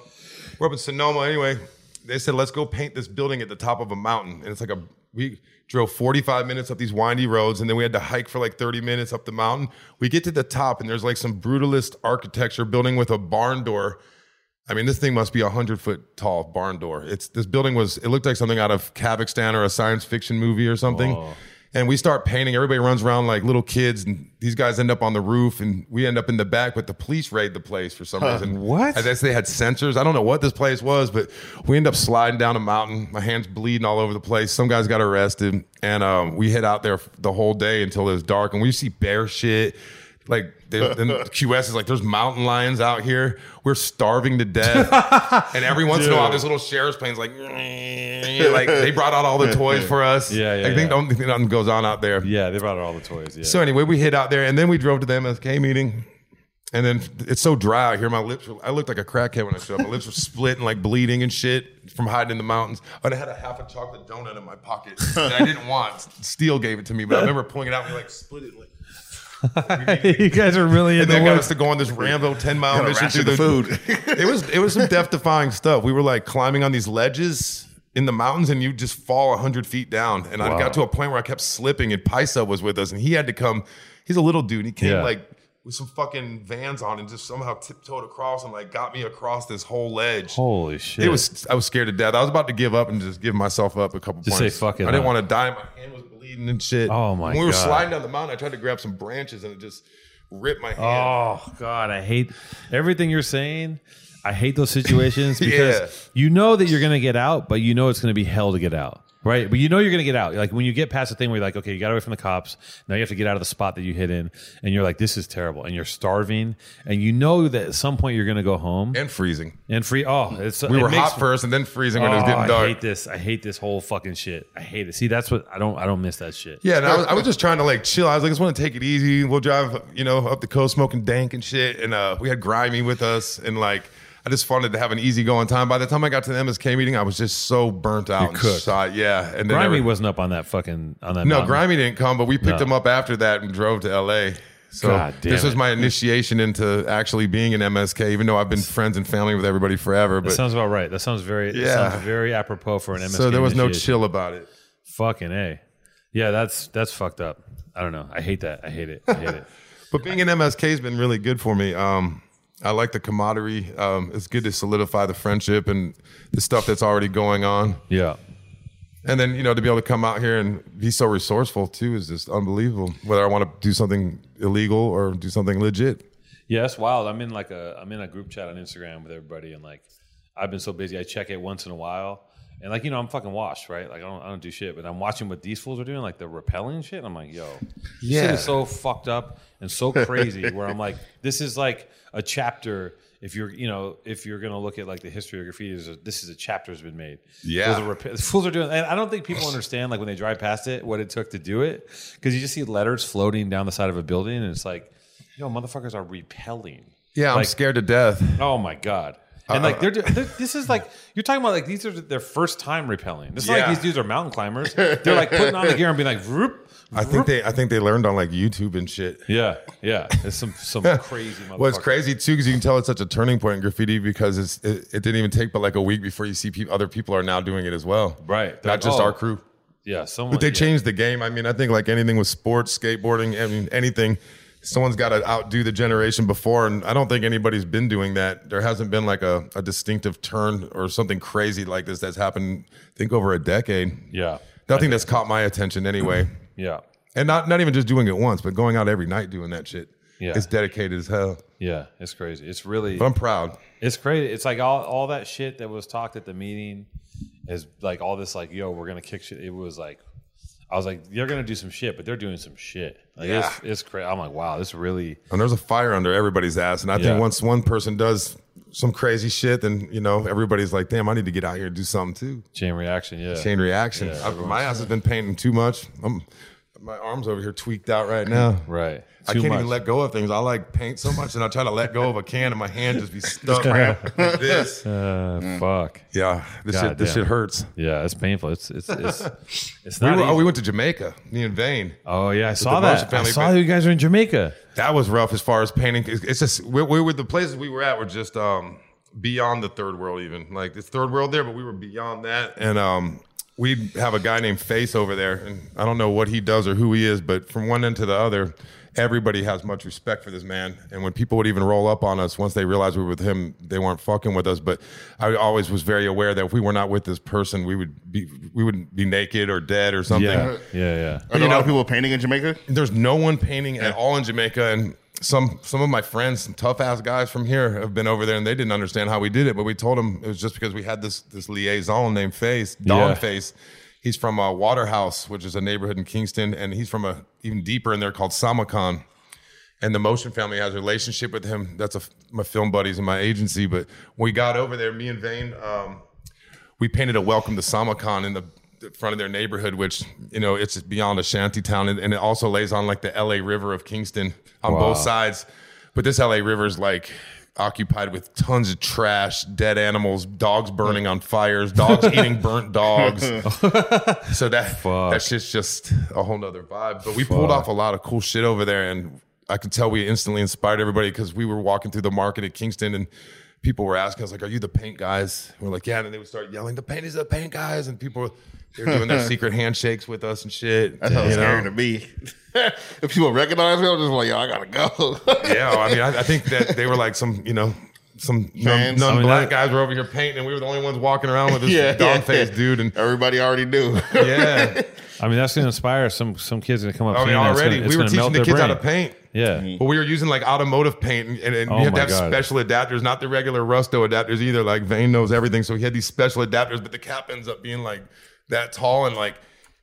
Speaker 2: We're up in Sonoma anyway." They said, "Let's go paint this building at the top of a mountain." And it's like a we drove 45 minutes up these windy roads and then we had to hike for like 30 minutes up the mountain. We get to the top and there's like some brutalist architecture building with a barn door I mean, this thing must be a hundred foot tall barn door. It's this building was it looked like something out of Kazakhstan or a science fiction movie or something. And we start painting. Everybody runs around like little kids, and these guys end up on the roof, and we end up in the back. But the police raid the place for some reason.
Speaker 1: What?
Speaker 2: I guess they had sensors. I don't know what this place was, but we end up sliding down a mountain. My hands bleeding all over the place. Some guys got arrested, and um, we hid out there the whole day until it was dark. And we see bear shit. Like there- then QS is like, there's mountain lions out here. We're starving to death. and every once in a while, this little sheriff's plane's like, like they brought out all the toys for us.
Speaker 1: Yeah, yeah,
Speaker 2: I think
Speaker 1: yeah.
Speaker 2: the only thing that goes on out there.
Speaker 1: Yeah, they brought out all the toys. Yeah.
Speaker 2: So anyway, we hid out there, and then we drove to the MSK meeting. And then it's so dry out here. My lips, were, I looked like a crackhead when I showed up. My lips were split and like bleeding and shit from hiding in the mountains. And I had a half a chocolate donut in my pocket that I didn't want. Steele gave it to me, but I remember pulling it out and we like split it. Like,
Speaker 1: you guys are really in
Speaker 2: and
Speaker 1: the
Speaker 2: that got us
Speaker 1: woods.
Speaker 2: to go on this Rambo 10 mile
Speaker 3: Gotta
Speaker 2: mission
Speaker 3: ration
Speaker 2: through
Speaker 3: the
Speaker 2: the
Speaker 3: food.
Speaker 2: it was it was some death defying stuff. We were like climbing on these ledges in the mountains, and you just fall hundred feet down. And I got to a point where I kept slipping, and Paisa was with us, and he had to come. He's a little dude. and He came
Speaker 1: Yeah.
Speaker 2: like with some fucking vans on, and just somehow tiptoed across, and like got me across this whole ledge.
Speaker 1: Holy shit!
Speaker 2: It was. I was scared to death. I was about to give up and just give myself up a couple.
Speaker 1: Just
Speaker 2: points.
Speaker 1: say fuck it,
Speaker 2: I didn't
Speaker 1: huh?
Speaker 2: want to die. My hand was bleeding and shit.
Speaker 1: Oh, my
Speaker 2: When we were
Speaker 1: God.
Speaker 2: sliding down the mountain, I tried to grab some branches and it just ripped my hand.
Speaker 1: Oh God, I hate everything you're saying. I hate those situations because
Speaker 2: Yeah.
Speaker 1: you know that you're gonna get out, but you know it's gonna be hell to get out. Right, but you know you're gonna get out. Like when you get past the thing where you're like, okay, you got away from the cops. Now you have to get out of the spot that you hid in, and you're like, this is terrible, and you're starving, and you know that at some point you're gonna go home and,
Speaker 2: And freezing.
Speaker 1: free. Oh, it's
Speaker 2: We
Speaker 1: it
Speaker 2: were
Speaker 1: makes-
Speaker 2: hot first and then freezing when it was
Speaker 1: Oh,
Speaker 2: getting
Speaker 1: I
Speaker 2: dark.
Speaker 1: hate this. I hate this whole fucking shit. I hate it. See, that's what I don't. I don't miss that shit.
Speaker 2: Yeah, and I was, I was just trying to like chill. I was like, I just want to take it easy. We'll drive, you know, up the coast smoking dank and shit. And uh, we had Grimy with us, and like, I just wanted to have an easy going time. By the time I got to the MSK meeting, I was just so burnt out. and
Speaker 1: cooked.
Speaker 2: shot. Yeah, and then
Speaker 1: Grimy
Speaker 2: every-
Speaker 1: wasn't up on that fucking on that.
Speaker 2: no,
Speaker 1: mountain.
Speaker 2: Grimy didn't come, but we picked
Speaker 1: No.
Speaker 2: him up after that and drove to LA. So
Speaker 1: God damn
Speaker 2: this was
Speaker 1: it.
Speaker 2: my initiation into actually being an MSK, even though I've been friends and family with everybody forever. But
Speaker 1: That sounds about right. That sounds very that
Speaker 2: Yeah.
Speaker 1: sounds very apropos for an MSK.
Speaker 2: so there was no
Speaker 1: initiation.
Speaker 2: chill about it.
Speaker 1: Fucking a. Yeah, that's that's fucked up. I don't know. I hate that. I hate it. I hate it.
Speaker 2: But being in MSK has been really good for me. Um, I like the camaraderie. Um, it's good to solidify the friendship and the stuff that's already going on.
Speaker 1: Yeah.
Speaker 2: And then, you know, to be able to come out here and be so resourceful too is just unbelievable. Whether I want to do something illegal or do something legit.
Speaker 1: Yeah, that's wild. I'm in like a I'm in a group chat on Instagram with everybody and like I've been so busy I check it once in a while. And like, you know, I'm fucking washed, right? Like I don't I don't do shit, but I'm watching what these fools are doing, like the repelling shit. I'm like, yo, yeah. shit
Speaker 2: Yeah.
Speaker 1: is so fucked up and so crazy where I'm like, this is like a chapter if you're, you know, if you're gonna look at like the history of graffiti, there's a- this is a chapter has been made.
Speaker 2: Yeah.
Speaker 1: There's a repair. The fools are doing, and I don't think people understand like when they drive past it what it took to do it because you just see letters floating down the side of a building, and it's like, yo, motherfuckers are repelling.
Speaker 2: Yeah, I'm
Speaker 1: Like-
Speaker 2: scared to death.
Speaker 1: Oh my god.
Speaker 2: Uh,
Speaker 1: And like they're, they're this is like you're talking about like these are their first time repelling. It's not
Speaker 2: Yeah.
Speaker 1: like these dudes are mountain climbers. They're like putting on the gear and being like, vroop,
Speaker 2: I think they I think they learned on like YouTube and shit.
Speaker 1: yeah, yeah. It's some some crazy. Motherfucker.
Speaker 2: Well, it's crazy too because you can tell it's such a turning point in graffiti because it's it, it didn't even take but like a week before you see people, other people are now doing it as well.
Speaker 1: Right.
Speaker 2: Not
Speaker 1: They're like,
Speaker 2: just
Speaker 1: oh.
Speaker 2: our crew.
Speaker 1: Yeah, someone.
Speaker 2: But they
Speaker 1: yeah.
Speaker 2: changed the game. I mean, I think like anything with sports, skateboarding, I mean, anything, someone's got to outdo the generation before. And I don't think anybody's been doing that. There hasn't been like a, a distinctive turn or something crazy like this that's happened, I think, over a decade.
Speaker 1: Yeah,
Speaker 2: Nothing that's caught my attention anyway.
Speaker 1: yeah,
Speaker 2: And not, not even just doing it once, but going out every night doing that shit.
Speaker 1: Yeah.
Speaker 2: It's dedicated as hell.
Speaker 1: yeah. It's crazy. It's really.
Speaker 2: But I'm proud.
Speaker 1: It's crazy. It's like all, all that shit that was talked at the meeting is like all this like, yo, we're gonna kick shit. It was like I was like, they're gonna do some shit, but they're doing some shit. Like it's it's crazy. I'm like, wow, this really
Speaker 2: And there's a fire under everybody's ass. And I
Speaker 1: Yeah.
Speaker 2: think once one person does some crazy shit, then you know everybody's like, "Damn, I need to get out here and do something too."
Speaker 1: chain reaction. Yeah,
Speaker 2: Chain reaction. I- my ass has been painting too much. I'm, my arms over here tweaked out right now.
Speaker 1: right.
Speaker 2: I
Speaker 1: Too
Speaker 2: can't
Speaker 1: much.
Speaker 2: even let go of things. I like paint so much, and I try to let go of a can, and my hand just be stuck. like this.
Speaker 1: Uh,
Speaker 2: Mm.
Speaker 1: Fuck.
Speaker 2: Yeah, this shit. This
Speaker 1: Goddamn.
Speaker 2: shit hurts.
Speaker 1: Yeah, it's painful. It's it's it's it's
Speaker 2: We
Speaker 1: not.
Speaker 2: were-
Speaker 1: easy.
Speaker 2: oh, we went to Jamaica. Me and Vane.
Speaker 1: oh yeah, I saw
Speaker 2: Marshall
Speaker 1: that. I
Speaker 2: family
Speaker 1: saw
Speaker 2: band.
Speaker 1: you guys were in Jamaica.
Speaker 2: That was rough as far as painting. It's, it's just we, we were the places we were at were just um, beyond the third world. Even like it's third world there, but we were beyond that. And um, we have a guy named Face over there, and I don't know what he does or who he is, but from one end to the other, everybody has much respect for this man. And when people would even roll up on us once they realized we were with him, they weren't fucking with us. But I always was very aware that if we were not with this person, we would be we wouldn't be naked or dead or something
Speaker 1: Yeah, yeah, yeah.
Speaker 3: Are there a lot of people painting in Jamaica?
Speaker 2: there's no one painting at all in Jamaica, and some some of my friends, some tough ass guys from here, have been over there, and they didn't understand how we did it. But we told them it was just because we had this this liaison named Face Don
Speaker 1: Yeah.
Speaker 2: Face. He's from uh, Waterhouse, which is a neighborhood in Kingston, and he's from a even deeper in there called Samarkand and the Motion family has a relationship with him. That's a, my film buddies and my agency. But we got over there, me and Vane, um, we painted a welcome to SamaCon in the, the front of their neighborhood, which you know it's just beyond a shanty town, and, and it also lays on like the L.A. River of Kingston on both sides. But this L.A. River is like occupied with tons of trash, dead animals, dogs burning on fires, dogs eating burnt dogs. so that that shit's just a whole nother vibe. But we pulled off a lot of cool shit over there, and I could tell we instantly inspired everybody because we were walking through the market at Kingston and. People were asking us like, "Are you the paint guys?" We're like, "Yeah," and then they would start yelling, "The paint is the paint guys!" And people, were- they were doing their secret handshakes with us and shit.
Speaker 3: That's how
Speaker 2: you know?
Speaker 3: scary to me. if people recognize me, I'm just like, yo, I gotta go.
Speaker 2: yeah, I mean, I, I think that they were like some, you know, some non
Speaker 3: Fans. I
Speaker 1: mean,
Speaker 2: black
Speaker 1: that-
Speaker 2: guys were over here painting, and we were the only ones walking around with this
Speaker 3: Yeah,
Speaker 2: dumb
Speaker 3: yeah,
Speaker 2: face
Speaker 3: yeah.
Speaker 2: dude. And
Speaker 3: Everybody already knew.
Speaker 2: yeah,
Speaker 1: I mean, that's gonna inspire some some kids gonna come up.
Speaker 2: I mean,
Speaker 1: saying that. It's
Speaker 2: already
Speaker 1: gonna- it's
Speaker 2: we were
Speaker 1: gonna melt
Speaker 2: teaching
Speaker 1: their
Speaker 2: the kids how to
Speaker 1: brain.
Speaker 2: paint. Mm.
Speaker 1: Yeah,
Speaker 2: But we were using like automotive paint, and, and
Speaker 1: Oh
Speaker 2: you have to
Speaker 1: my
Speaker 2: have
Speaker 1: God.
Speaker 2: special adapters, not the regular Rusto adapters either. Like Vane knows everything, so he had these special adapters, but the cap ends up being like that tall, and like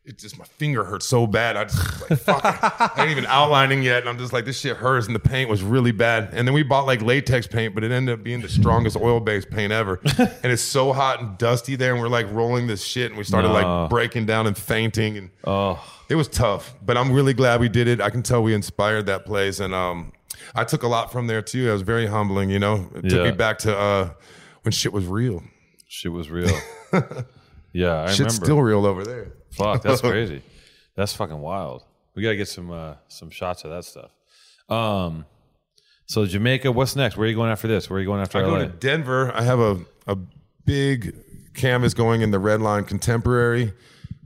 Speaker 2: it just my finger hurt so bad. I just like fuck, it. I ain't even outlining yet, and I'm just like this shit hurts, and the paint was really bad. And then we bought like latex paint, but it ended up being the strongest oil based paint ever, and it's so hot and dusty there, and we're like rolling this shit, and we started
Speaker 1: No.
Speaker 2: like breaking down and fainting, and
Speaker 1: oh,
Speaker 2: it was tough, but I'm really glad we did it. I can tell we inspired that place, and um, I took a lot from there too. It was very humbling, you know. It took
Speaker 1: Yeah.
Speaker 2: me back to uh, when shit was real.
Speaker 1: shit was real. yeah, I
Speaker 2: Shit's
Speaker 1: remember.
Speaker 2: still real over there.
Speaker 1: Fuck, that's crazy. That's fucking wild. We gotta get some uh, some shots of that stuff. Um, so Jamaica, what's next? Where are you going after this? Where are you going after
Speaker 2: I
Speaker 1: LA?
Speaker 2: go to Denver. I have a a big canvas going in the Red Line Contemporary,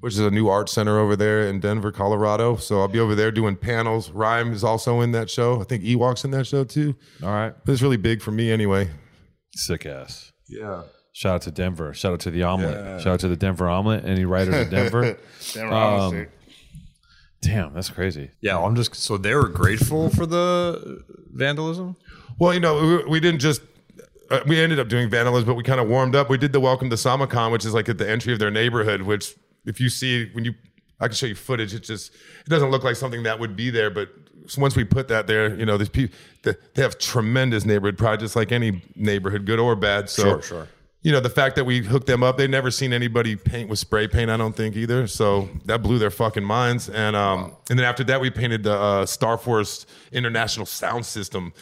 Speaker 2: which is a new art center over there in Denver, Colorado. So I'll be over there doing panels. Rhyme is also in that show. I think Ewok's in that show too.
Speaker 1: All right,
Speaker 2: But it's really big for me anyway.
Speaker 1: sick ass.
Speaker 2: Yeah.
Speaker 1: Shout out to Denver. Shout out to the omelet. Shout out to the Denver omelet. Any writers in Denver?
Speaker 3: Damn right, I'm
Speaker 1: Um,
Speaker 3: sick.
Speaker 1: Damn, that's crazy.
Speaker 4: Yeah, I'm just so they were grateful for the vandalism.
Speaker 2: Well, you know, we, we didn't just. Uh, we ended up doing vandalism, but we kind of warmed up. We did the Welcome to SamaCon, which is like at the entry of their neighborhood. Which, if you see when you, I can show you footage. It just it doesn't look like something that would be there, but once we put that there, you know, these people they have tremendous neighborhood pride, just like any neighborhood, good or bad. So,
Speaker 4: Sure, sure.
Speaker 2: You know, the fact that we hooked them up, they've never seen anybody paint with spray paint, I don't think either. So that blew their fucking minds. And um, and then after that, we painted the uh, Star Force International Sound System.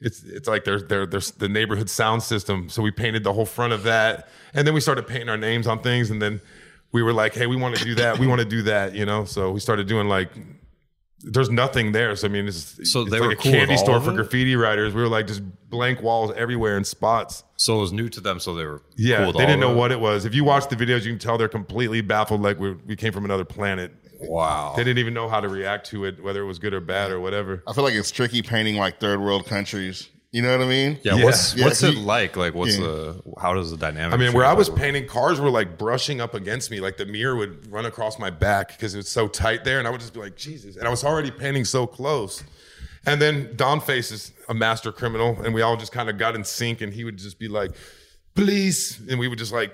Speaker 2: It's it's like their their their the neighborhood sound system. So we painted the whole front of that, and then we started painting our names on things, and then we were like, hey, we want to do that, we want to do that, you know. So we started doing like. There's nothing there, so I mean, it's,
Speaker 4: So
Speaker 2: it's
Speaker 4: they
Speaker 2: like
Speaker 4: were
Speaker 2: a
Speaker 4: cool with
Speaker 2: candy
Speaker 4: all
Speaker 2: store
Speaker 4: of
Speaker 2: for
Speaker 4: it?
Speaker 2: graffiti writers. We were like just blank walls everywhere in spots.
Speaker 4: So it was new to them, so they were
Speaker 2: Yeah,
Speaker 4: cool with
Speaker 2: they didn't
Speaker 4: all
Speaker 2: know
Speaker 4: of
Speaker 2: what it was. If you watch the videos, you can tell they're completely baffled, like we we came from another planet.
Speaker 4: it. Wow,
Speaker 2: They didn't even know how to react to it, whether it was good or bad or whatever.
Speaker 3: I feel like it's tricky painting like third world countries. You know what I mean?
Speaker 4: Yeah,
Speaker 2: Yeah.
Speaker 4: what's
Speaker 3: Yeah,
Speaker 4: what's
Speaker 3: he-
Speaker 4: it like? Like, what's
Speaker 3: Yeah.
Speaker 4: the how does the dynamic?
Speaker 2: I mean, where
Speaker 4: feel?
Speaker 2: I was painting, cars were like brushing up against me. Like the mirror would run across my back because it was so tight there. And I would just be like, Jesus. And I was already painting so close. And then Don Face is a master criminal. And we all just kind of got in sync. And he would just be like, please. And we would just like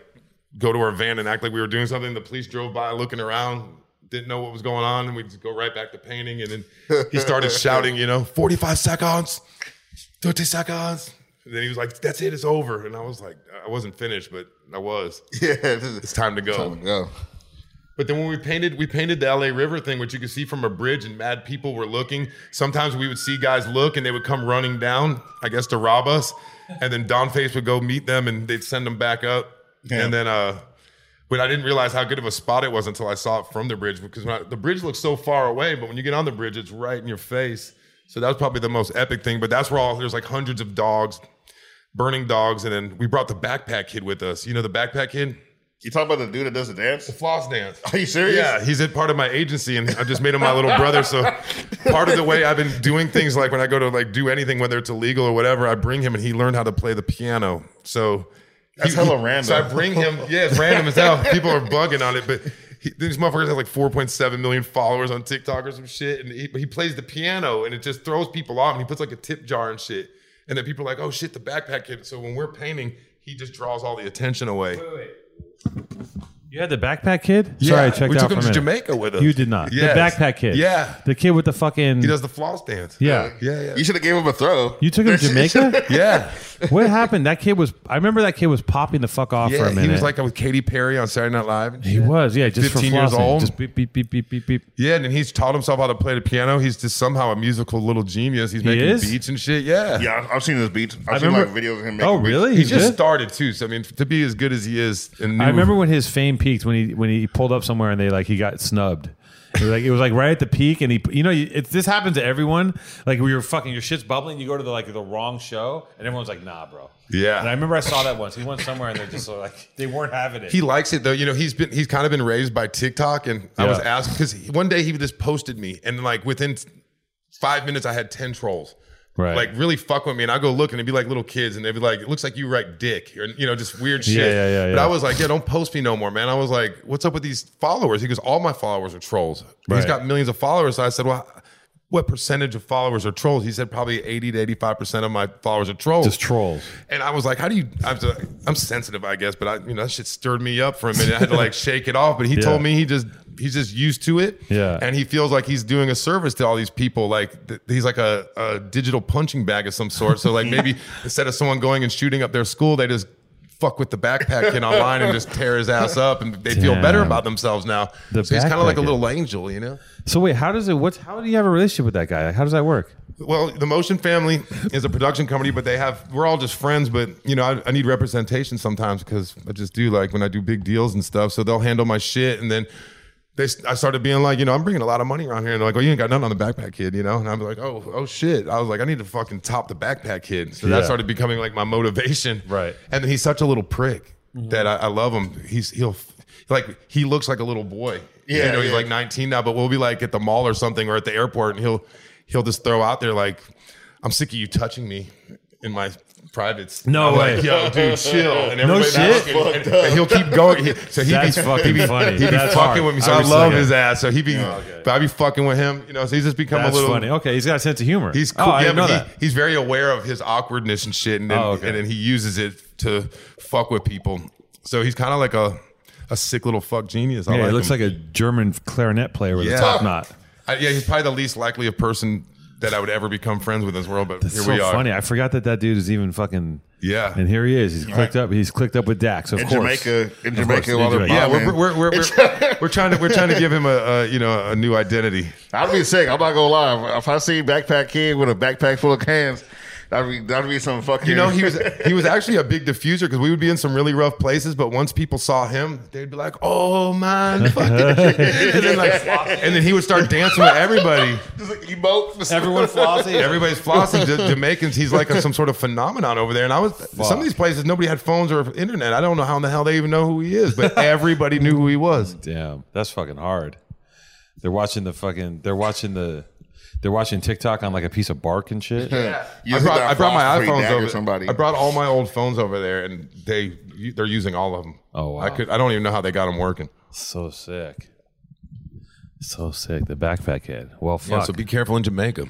Speaker 2: go to our van and act like we were doing something. The police drove by looking around. didn't know what was going on, and we'd just go right back to painting. And then he started shouting, you know, 45 seconds, 30 seconds. And then he was like, that's it, it's over. And I was like, I wasn't finished, but I was.
Speaker 3: Yeah, this is-
Speaker 2: It's time to go.
Speaker 3: time to go.
Speaker 2: But then when we painted, we painted the LA River thing, which you could see from a bridge, and mad people were looking. Sometimes we would see guys look, and they would come running down, I guess, to rob us. And then Don Face would go meet them, and they'd send them back up.
Speaker 3: Yeah.
Speaker 2: And then, uh, but I didn't realize how good of a spot it was until I saw it from the bridge because when I, the bridge looks so far away, but when you get on the bridge, it's right in your face. So that was probably the most epic thing. But that's where all there's like hundreds of dogs, burning dogs, and then we brought the backpack kid with us. You know the backpack kid,
Speaker 3: You talking about the dude that does the dance?
Speaker 2: floss dance.
Speaker 3: Are you serious?
Speaker 2: Yeah, he's a part of my agency, and I just made him my little brother. So part of the way I've been doing things, like when I go to like do anything, whether it's illegal or whatever, I bring him, and he learned how to play the piano. So
Speaker 3: That's
Speaker 2: he-
Speaker 3: hella
Speaker 2: he-
Speaker 3: random.
Speaker 2: So I bring him. Yeah, it's random as hell. People are bugging on it, but. He, these motherfuckers have like 4.7 million followers on TikTok or some shit, and he, but he plays the piano, and it just throws people off. And he puts like a tip jar and shit, and then people are like, "Oh shit, the backpack kid." So when we're painting, he just draws all the attention away.
Speaker 1: You had the backpack kid? Sorry, I checked
Speaker 2: we
Speaker 1: out
Speaker 2: took
Speaker 1: for
Speaker 2: him
Speaker 1: a
Speaker 2: to
Speaker 1: minute.
Speaker 2: Jamaica with us.
Speaker 1: You did not.
Speaker 2: Yes.
Speaker 1: The backpack kid.
Speaker 2: Yeah.
Speaker 1: The kid with the fucking.
Speaker 2: He does the floss dance.
Speaker 1: yeah.
Speaker 2: Yeah, yeah.
Speaker 3: You should have gave him a throw.
Speaker 1: You took him to Jamaica?
Speaker 2: yeah.
Speaker 1: what happened? That kid was. I remember that kid was popping the fuck off for a
Speaker 2: yeah.
Speaker 1: minute.
Speaker 2: He was like with Katy Perry on Saturday Night Live. and
Speaker 1: He
Speaker 2: shit.
Speaker 1: was, yeah, just
Speaker 2: 15
Speaker 1: for flossing.
Speaker 2: years old.
Speaker 1: Just beep, beep, beep, beep, beep, beep.
Speaker 2: Yeah, and then he's taught himself how to play the piano. He's just somehow a musical little genius. He's making
Speaker 1: is?
Speaker 2: beats and shit. Yeah.
Speaker 3: Yeah, I've- I've seen his beats. I've seen
Speaker 1: remember-
Speaker 3: like videos of him. Making
Speaker 1: Oh,
Speaker 3: beats.
Speaker 1: really?
Speaker 2: He just
Speaker 1: did?
Speaker 2: started too. So I mean, to be as good as he is, and
Speaker 1: I remember when his fame peaked when he when he pulled up somewhere and they like he got snubbed. It was like it was like right at the peak, and he you know you- it's this happens to everyone. Like we were fucking your shit's bubbling. You go to the like the wrong show, and everyone's like, nah, bro.
Speaker 2: Yeah.
Speaker 1: And I remember I saw that once. He went somewhere and they're just sort of like they weren't having it.
Speaker 2: he likes it though. You know, he's been he's kind of been raised by TikTok, and I
Speaker 1: Yeah.
Speaker 2: was asked because one day he just posted me, and like within five minutes, I had ten trolls.
Speaker 1: Right.
Speaker 2: Like really fuck with me, and I go look, and it'd be like little kids, and they'd be like, "It looks like you write dick," or you know, just weird shit.
Speaker 1: yeah, yeah,
Speaker 2: But I
Speaker 1: yeah.
Speaker 2: was like, "Yeah, don't post me no more, man." I was like, "What's up with these followers?" He goes, "All my followers are trolls." He's
Speaker 1: Right.
Speaker 2: got millions of followers. So I said, "Well, what percentage of followers are trolls?" He said, "Probably eighty to eighty-five percent of my followers are trolls."
Speaker 1: just trolls.
Speaker 2: And I was like, "How do you?" I'm, just- I'm sensitive, I guess, but I, you know, that shit stirred me up for a minute. I had to like shake it off. But he told me he just he's just used to it,
Speaker 1: Yeah.
Speaker 2: And he feels like he's doing a service to all these people. Like th- he's like a, a digital punching bag of some sort. So like maybe instead of someone going and shooting up their school, they just fuck with the backpack kid online and just tear his ass up, and they feel better
Speaker 1: Damn.
Speaker 2: about themselves now.
Speaker 1: The
Speaker 2: so he's kind of like a
Speaker 1: backpack kid.
Speaker 2: little angel, you know.
Speaker 1: So wait, how does it? What's how do you have a relationship with that guy? Like, how does that work?
Speaker 2: Well, the Motion Family is a production company, but they have we're all just friends. But you know, I, I need representation sometimes because I just do like when I do big deals and stuff. So they'll handle my shit, and then they s- I started being like, you know, I'm bringing a lot of money around here, and they're like, oh, you ain't got nothing on the backpack kid, you know. And I'm like, oh, oh shit. I was like, I need to fucking top the backpack kid. So that
Speaker 1: Yeah.
Speaker 2: started becoming like my motivation,
Speaker 1: Right.
Speaker 2: And then he's such a little prick that I, I love him. He's he'll. f- Like he looks like a little boy.
Speaker 3: Yeah,
Speaker 2: you know, he's
Speaker 3: yeah.
Speaker 2: like 19 now, but we'll be like at the mall or something or at the airport, and he'll he'll just throw out there like, "I'm sick of you touching me in my privates."
Speaker 1: No
Speaker 2: I'm
Speaker 1: way.
Speaker 2: like, yo, dude, chill. And
Speaker 1: No
Speaker 2: everybody-
Speaker 1: shit.
Speaker 2: And, and he'll keep going. He- so he
Speaker 1: That's
Speaker 2: be,
Speaker 1: fucking
Speaker 2: he be,
Speaker 1: funny.
Speaker 2: He be
Speaker 1: That's
Speaker 2: fucking
Speaker 1: hard.
Speaker 2: with me. So
Speaker 1: I
Speaker 2: I,
Speaker 1: respect
Speaker 2: love
Speaker 1: it.
Speaker 2: his ass. So he be, but I be fucking with him. You know, so he's just become
Speaker 1: That's
Speaker 2: a little
Speaker 1: funny. Okay, he's got a sense of humor.
Speaker 2: He's cool.
Speaker 1: Oh, I
Speaker 2: yeah,
Speaker 1: didn't know
Speaker 2: but he,
Speaker 1: that.
Speaker 2: he's very aware of his awkwardness and shit, and then,
Speaker 1: Oh, okay.
Speaker 2: and then he uses it to fuck with people. So he's kind of like a a sick little fuck genius. I
Speaker 1: Yeah,
Speaker 2: Oh, like
Speaker 1: he looks like
Speaker 2: him.
Speaker 1: a German clarinet player with
Speaker 2: Yeah.
Speaker 1: a top knot.
Speaker 2: I, yeah, he's probably the least likely of person that I would ever become friends with in this world. But
Speaker 1: It's
Speaker 2: here
Speaker 1: so
Speaker 2: we are.
Speaker 1: funny. I forgot that that dude is even fucking.
Speaker 2: Yeah.
Speaker 1: And here he is. He's clicked up. He's clicked up with Dax. Of
Speaker 3: In
Speaker 1: course.
Speaker 3: Jamaica, in
Speaker 1: course,
Speaker 3: Jamaica,
Speaker 1: in
Speaker 3: while they're
Speaker 1: Jamaica.
Speaker 2: Yeah,
Speaker 3: bombing.
Speaker 2: we're, we're, we're, we're, we're trying to we're trying to give him a, a you know a new identity.
Speaker 3: I'd be sick. I'm not gonna lie. If I see backpack kid with a backpack full of cans, that'd be that'd be some fucking.
Speaker 2: You know, he was he was actually a big diffuser because we would be in some really rough places, but once people saw him, they'd be like, "Oh man!" fucking-" and, then like, and then he would start dancing with everybody.
Speaker 3: Just like emote.
Speaker 1: Everyone flossy.
Speaker 2: Everybody's flossing. Ja- Jamaicans, he's like a, some sort of phenomenon over there. And I was some of these places, nobody had phones or internet. I don't know how in the hell they even know who he is, but everybody knew who he was.
Speaker 1: Damn, that's fucking hard. They're watching the fucking. They're watching the. They're watching TikTok on like a piece of bark and shit.
Speaker 3: You
Speaker 2: I brought, I brought my iPhones over.
Speaker 3: Somebody.
Speaker 2: I brought all my old phones over there, and they they're using all of them.
Speaker 1: Oh, wow.
Speaker 2: I could. I don't even know how they got them working.
Speaker 1: So sick. So sick. The backpack head. Well, fuck.
Speaker 2: Yeah, so be careful in Jamaica.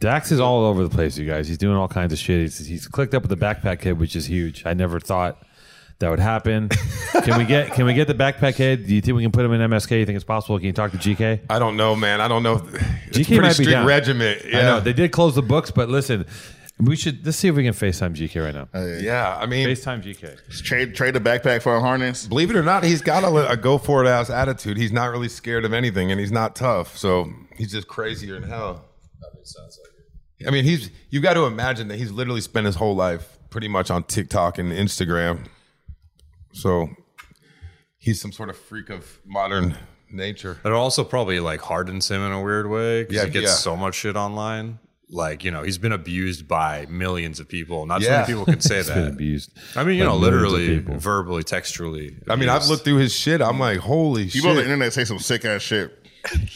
Speaker 1: Dax is all over the place, you guys. He's doing all kinds of shit. He's, he's clicked up with the backpack kid, which is huge. I never thought that would happen. can we get can we get the backpack head? Do you think we can put him in MSK? You think it's possible? Can you talk to GK?
Speaker 2: I don't know, man. I don't know. It's
Speaker 1: GK
Speaker 2: pretty
Speaker 1: might be
Speaker 2: strict
Speaker 1: down.
Speaker 2: regiment. Yeah.
Speaker 1: I know they did close the books, but listen, we should let's see if we can FaceTime GK right now.
Speaker 2: yeah. I mean,
Speaker 1: FaceTime GK.
Speaker 3: Trade trade the backpack for a harness.
Speaker 2: believe it or not, he's got a, a go for it ass attitude. He's not really scared of anything, and he's not tough. So he's just crazier than hell. I mean, he's you've got to imagine that he's literally spent his whole life pretty much on TikTok and Instagram. So he's some sort of freak of modern nature.
Speaker 4: It also probably like hardens him in a weird way because
Speaker 2: Yeah,
Speaker 4: he gets
Speaker 2: yeah.
Speaker 4: so much shit online. Like you know, he's been abused by millions of people. Not so
Speaker 2: Yeah.
Speaker 4: many people can say
Speaker 1: Been
Speaker 4: that.
Speaker 1: abused.
Speaker 4: I mean, you
Speaker 1: by
Speaker 4: know,
Speaker 1: millions of
Speaker 4: literally,
Speaker 1: people.
Speaker 4: verbally, textually.
Speaker 2: I mean, I've
Speaker 4: abused.
Speaker 2: looked through his shit. I'm like, holy shit.
Speaker 3: People on the internet say some sick ass shit.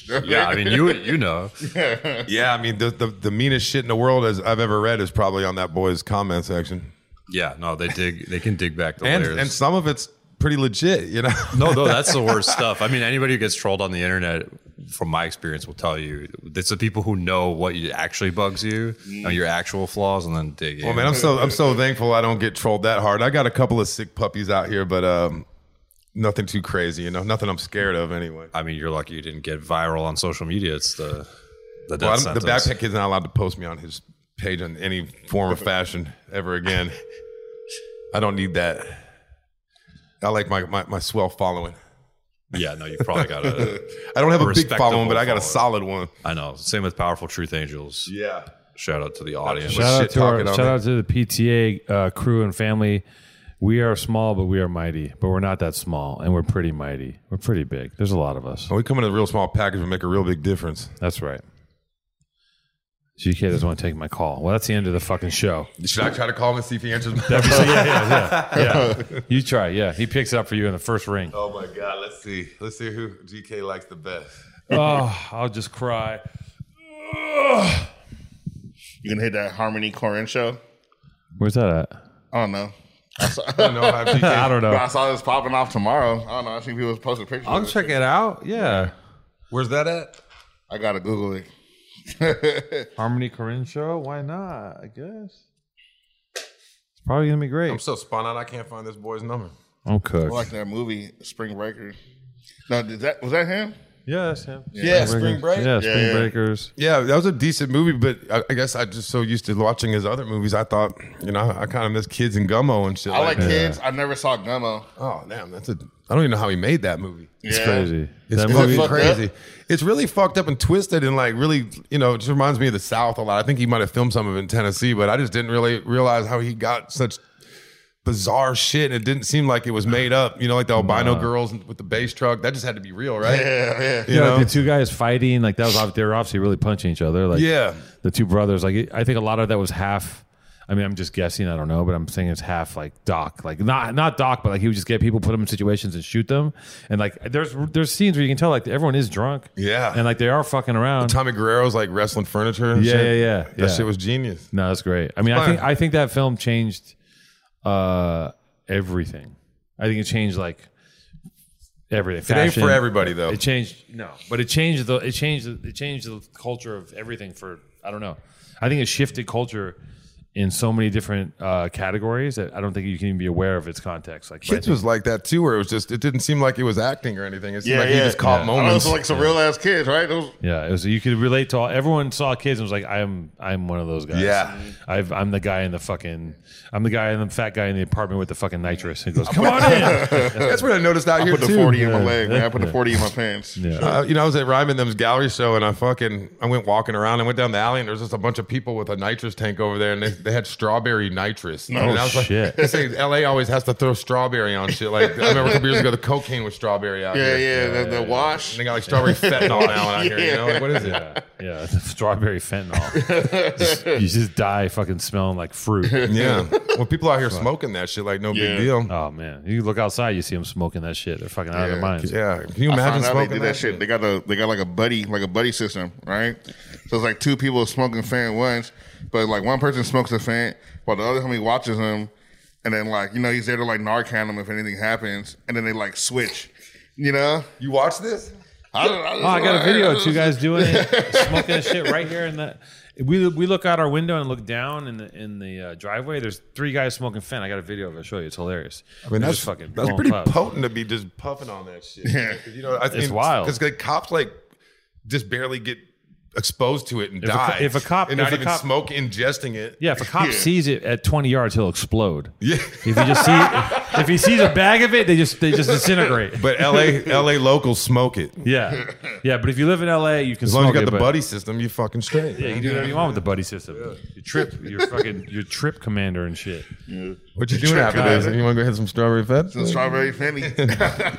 Speaker 4: Yeah, I mean, you you know,
Speaker 2: Yeah, I mean the, the the meanest shit in the world as I've ever read is probably on that boy's comment section,
Speaker 4: yeah, no, they dig, they can dig back the
Speaker 2: and
Speaker 4: layers.
Speaker 2: and some of it's pretty legit, you know.
Speaker 4: no, no, that's the worst stuff. I mean, anybody who gets trolled on the internet, from my experience, will tell you it's the people who know what you, actually bugs you, and your actual flaws, and then dig in.
Speaker 2: Well, Oh, man, I'm so I'm so thankful I don't get trolled that hard. I got a couple of sick puppies out here, but um, nothing too crazy, you know. Nothing I'm scared of anyway.
Speaker 4: I mean, you're lucky you didn't get viral on social media. It's the the
Speaker 2: Well,
Speaker 4: death
Speaker 2: I'm- the
Speaker 4: sentence.
Speaker 2: backpack kid's not allowed to post me on his page in any form or fashion ever again. I don't need that. I like my my, my swell following.
Speaker 4: Yeah, no, you probably got to.
Speaker 2: I don't have a, big
Speaker 4: Respectable
Speaker 2: following, but I got a
Speaker 4: following.
Speaker 2: solid one.
Speaker 4: I know. Same with powerful truth angels.
Speaker 2: Yeah.
Speaker 4: Shout out to the audience.
Speaker 2: Shut-
Speaker 1: Shout out
Speaker 2: shit
Speaker 1: to our,
Speaker 2: talking on
Speaker 1: shout
Speaker 2: it.
Speaker 1: out to the PTA uh, crew and family. We are small, but we are mighty. But we're not that small, and we're pretty mighty. We're pretty big. There's a lot of us.
Speaker 2: When we come in a real small package, we make a real big difference.
Speaker 1: That's right. GK doesn't want to take my call. Well, that's the end of the fucking show.
Speaker 2: Should I try to call him and see if he answers?
Speaker 1: You try. Yeah, he picks it up for you in the first ring.
Speaker 2: oh my god, let's see. Let's see who GK likes the best.
Speaker 1: Oh, I'll just cry.
Speaker 3: You can hit that Harmony Corinne show.
Speaker 1: Where's that at?
Speaker 3: I don't know.
Speaker 2: I don't know how
Speaker 1: I
Speaker 2: GK.
Speaker 1: don't
Speaker 3: But I
Speaker 1: know.
Speaker 3: saw this popping off tomorrow. I don't know. I think people was posting pictures. of it.
Speaker 1: check it out. Yeah.
Speaker 2: Where's that at?
Speaker 3: I gotta Google it.
Speaker 1: Harmony Corinne show. Why not? I guess. It's probably gonna be
Speaker 2: I'm
Speaker 1: great.
Speaker 2: so spun out. I can't find this boy's number.
Speaker 1: I'm cooked.
Speaker 3: I like that movie Spring Breaker. No, did that was that him?
Speaker 1: Yeah, that's him.
Speaker 2: Yeah, Spring Break.
Speaker 1: Yeah, Spring
Speaker 3: yeah.
Speaker 1: Breakers.
Speaker 2: Yeah, that was a decent movie, but I, I guess I just so used to watching his other movies. I thought, you know, I, kind of miss Kids and Gummo and shit.
Speaker 3: I like
Speaker 2: that.
Speaker 3: kids. I never saw Gummo.
Speaker 2: Oh damn, that's a. I don't even know how he made that movie.
Speaker 1: It's
Speaker 3: Yeah.
Speaker 1: crazy.
Speaker 2: It's
Speaker 1: That
Speaker 2: fucking
Speaker 1: movie-
Speaker 3: fucked
Speaker 2: crazy.
Speaker 3: up.
Speaker 2: It's really fucked up and twisted and like really, you know, it just reminds me of the South a lot. I think he might have filmed some of it in Tennessee, but I just didn't really realize how he got such bizarre shit. And it didn't seem like it was made up, you know, like the albino girls with the bass truck. That just had to be real, right?
Speaker 3: Yeah, yeah.
Speaker 2: You
Speaker 1: yeah,
Speaker 2: know?
Speaker 1: like the two guys fighting, like that was ob- they were obviously really punching each other. Like
Speaker 2: Yeah.
Speaker 1: the two brothers. Like I think a lot of that was half. I mean, I'm just guessing. I don't know, but I'm saying it's half like Doc, like not not Doc, but like he would just get people, put them in situations, and shoot them. And like there's there's scenes where you can tell like everyone is drunk.
Speaker 2: Yeah.
Speaker 1: and like they are fucking around.
Speaker 2: Tommy Guerrero's like wrestling furniture and
Speaker 1: Yeah,
Speaker 2: shit.
Speaker 1: yeah, yeah,
Speaker 2: That
Speaker 1: yeah.
Speaker 2: shit was genius.
Speaker 1: no, that's great. I mean, I
Speaker 2: fire.
Speaker 1: think I think that film changed uh everything. I think it changed like everything.
Speaker 2: It ain't
Speaker 1: Fashion.
Speaker 2: for everybody though.
Speaker 1: It changed no, but it changed the it changed the, it changed the culture of everything for I don't know. I think it shifted culture in so many different uh, categories that I don't think you can even be aware of its context. Like
Speaker 2: Kids was like that too, where it was just it didn't seem like it was acting or anything. It seemed
Speaker 3: Yeah,
Speaker 2: like he
Speaker 3: yeah.
Speaker 2: just caught
Speaker 1: Yeah.
Speaker 3: I know
Speaker 2: moments.
Speaker 3: it's like some real ass kids, right? Those,
Speaker 1: yeah, it was you could relate to all. Everyone saw kids and was like, I'm I'm one of those guys.
Speaker 2: Yeah.
Speaker 1: I've, I'm the guy in the fucking I'm the guy in the fat guy in the apartment with the fucking nitrous. He goes, come on in.
Speaker 2: That's what I noticed out here
Speaker 3: put the
Speaker 2: too.
Speaker 3: forty in my leg. Man. I put the forty in my pants.
Speaker 1: Yeah.
Speaker 2: Uh, you know, I was at Ryman Them's gallery show, and I fucking I went walking around. I went down the alley, and there was just a bunch of people with a nitrous tank over there, and they, they had strawberry nitrous. No and I was
Speaker 1: shit.
Speaker 2: Like, they say LA always has to throw strawberry on shit. Like I remember a couple years ago, the cocaine was strawberry out
Speaker 3: Yeah,
Speaker 2: here.
Speaker 3: yeah. The, the wash.
Speaker 2: And they got like strawberry fentanyl now out here. You know, like, what is it?
Speaker 1: Yeah, yeah, strawberry fentanyl. Just- you just die fucking smelling like fruit.
Speaker 2: Yeah. Well, people out here smoking that shit, like no
Speaker 3: Yeah.
Speaker 2: big deal.
Speaker 1: Oh man, you look outside, you see them smoking that shit. They're fucking out of their minds.
Speaker 2: Yeah. Can you
Speaker 3: I
Speaker 2: imagine
Speaker 3: found out
Speaker 2: smoking
Speaker 3: they do that shit. They got a they got like a buddy like a buddy system, right? So it's like two people smoking fan at once, but like one person smokes a fan while the other homie watches him, and then like you know he's there to like Narcan him if anything happens, and then they like switch, you know.
Speaker 2: You watch this?
Speaker 3: I, don't, I, just-
Speaker 1: Oh, I got a video of two guys doing it, smoking this shit right here in the We we look out our window and look down in the in the uh, driveway. There's three guys smoking fin. I got a video of it. I'll show you. It's hilarious.
Speaker 2: I mean,
Speaker 1: They're
Speaker 2: that's
Speaker 1: just fucking
Speaker 2: that's
Speaker 1: blowing
Speaker 2: pretty
Speaker 1: clouds.
Speaker 2: potent to be just puffing on that shit.
Speaker 3: Yeah.
Speaker 2: 'Cause, You know, I think
Speaker 1: wild.
Speaker 2: because the cops like just barely get exposed to it and
Speaker 1: If a co-
Speaker 2: die.
Speaker 1: if a cop-
Speaker 2: and
Speaker 1: if
Speaker 2: not
Speaker 1: a
Speaker 2: even
Speaker 1: cop-
Speaker 2: smoke ingesting it.
Speaker 1: Yeah, if a cop
Speaker 3: Yeah.
Speaker 1: sees it at 20 yards, he'll explode.
Speaker 2: Yeah.
Speaker 1: If he just see if he sees a bag of it, they just they just disintegrate.
Speaker 2: But LA LA locals smoke it.
Speaker 1: Yeah, yeah. But if you live in LA, you can
Speaker 2: As long as you
Speaker 1: smoke
Speaker 2: got
Speaker 1: it,
Speaker 2: the
Speaker 1: but-
Speaker 2: buddy system, you fucking straight.
Speaker 1: Yeah, you can do whatever you want with the buddy system. You trip, you're fucking your trip commander and shit.
Speaker 2: What you doing after
Speaker 3: Trick
Speaker 2: this? You want to go hit some strawberry fed?
Speaker 3: The strawberry fanny.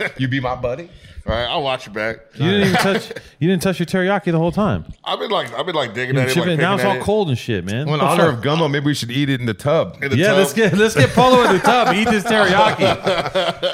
Speaker 3: All
Speaker 2: You be my buddy.
Speaker 3: right, I'll watch you back.
Speaker 1: You didn't even touch you didn't touch your teriyaki the whole time.
Speaker 3: I've been like, I've been like digging
Speaker 1: You
Speaker 3: at it.
Speaker 1: chip
Speaker 3: Like
Speaker 1: it- now it's
Speaker 3: picking at
Speaker 1: all
Speaker 3: it.
Speaker 1: cold and shit, man. Oh,
Speaker 2: Well, in honor of Gumbo, maybe we should eat it in the tub.
Speaker 3: In the
Speaker 1: yeah,
Speaker 3: tub.
Speaker 1: let's get let's get Polo in the tub. Eat this teriyaki.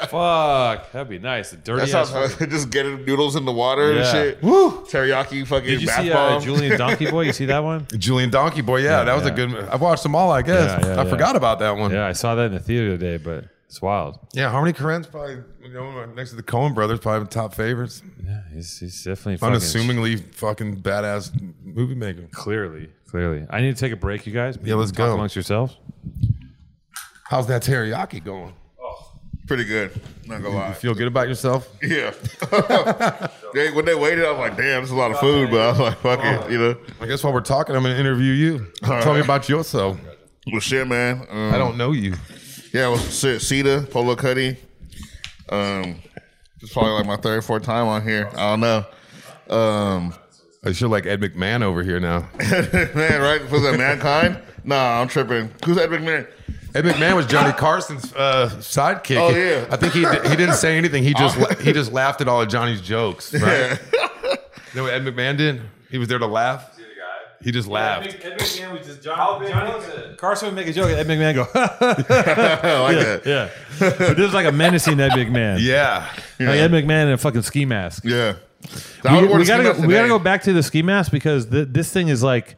Speaker 1: Fuck, that'd be nice. The dirty
Speaker 3: That's
Speaker 1: ass.
Speaker 3: how just get noodles in the water and
Speaker 1: Yeah.
Speaker 3: shit.
Speaker 1: Woo.
Speaker 3: Teriyaki fucking
Speaker 1: Did you
Speaker 3: bath
Speaker 1: see uh,
Speaker 3: bomb.
Speaker 1: Julian Donkey Boy? You see that one?
Speaker 2: Julian Donkey Boy, yeah, that was
Speaker 1: yeah.
Speaker 2: a good. I've watched them all, I guess.
Speaker 1: Yeah, yeah,
Speaker 2: I
Speaker 1: yeah.
Speaker 2: forgot about that one.
Speaker 1: Yeah, I saw that in the theater today, but it's wild.
Speaker 2: Yeah, Harmony Korine's probably you know next to the Coen Brothers, probably the top favorites.
Speaker 1: Yeah, he's, he's definitely fucking
Speaker 2: Unassumingly fucking badass movie maker.
Speaker 1: Clearly, clearly. I need to take a break, you guys.
Speaker 2: Yeah, let's
Speaker 1: Talk
Speaker 2: go.
Speaker 1: amongst yourselves.
Speaker 2: How's that teriyaki going?
Speaker 3: Pretty good. Not gonna
Speaker 2: You
Speaker 3: lie.
Speaker 2: feel good about yourself?
Speaker 3: Yeah. they, when they waited, I was like, damn, this is a lot of food, but I was like, fuck it, you know.
Speaker 2: I guess while we're talking, I'm going to interview you. Tell me about yourself.
Speaker 3: Well, shit, man. Um,
Speaker 2: I don't know you.
Speaker 3: Yeah, well, shit, Cedar, Polo Cuddy. Um, it's probably like my third, fourth time on here. I don't know. Um,
Speaker 2: I feel like Ed McMahon over here now.
Speaker 3: man, right? Was that mankind? Nah, I'm tripping. Who's Ed McMahon?
Speaker 2: Ed McMahon was Johnny Carson's uh, sidekick.
Speaker 3: Oh, yeah. Oh.
Speaker 2: I think he he didn't say anything. He just la- he just laughed at all of Johnny's jokes. Right? You know what Ed McMahon did? He was there to laugh. He just laughed.
Speaker 1: McMahon was just John, Carson would make a joke. Ed McMahon go,
Speaker 3: I like that.
Speaker 1: yeah. But this is like a menacing Ed McMahon.
Speaker 2: Yeah.
Speaker 1: Like Ed Mahon in a fucking ski mask.
Speaker 3: Yeah.
Speaker 1: We, we gotta go, we gotta go back to the ski mask because th- this thing is like.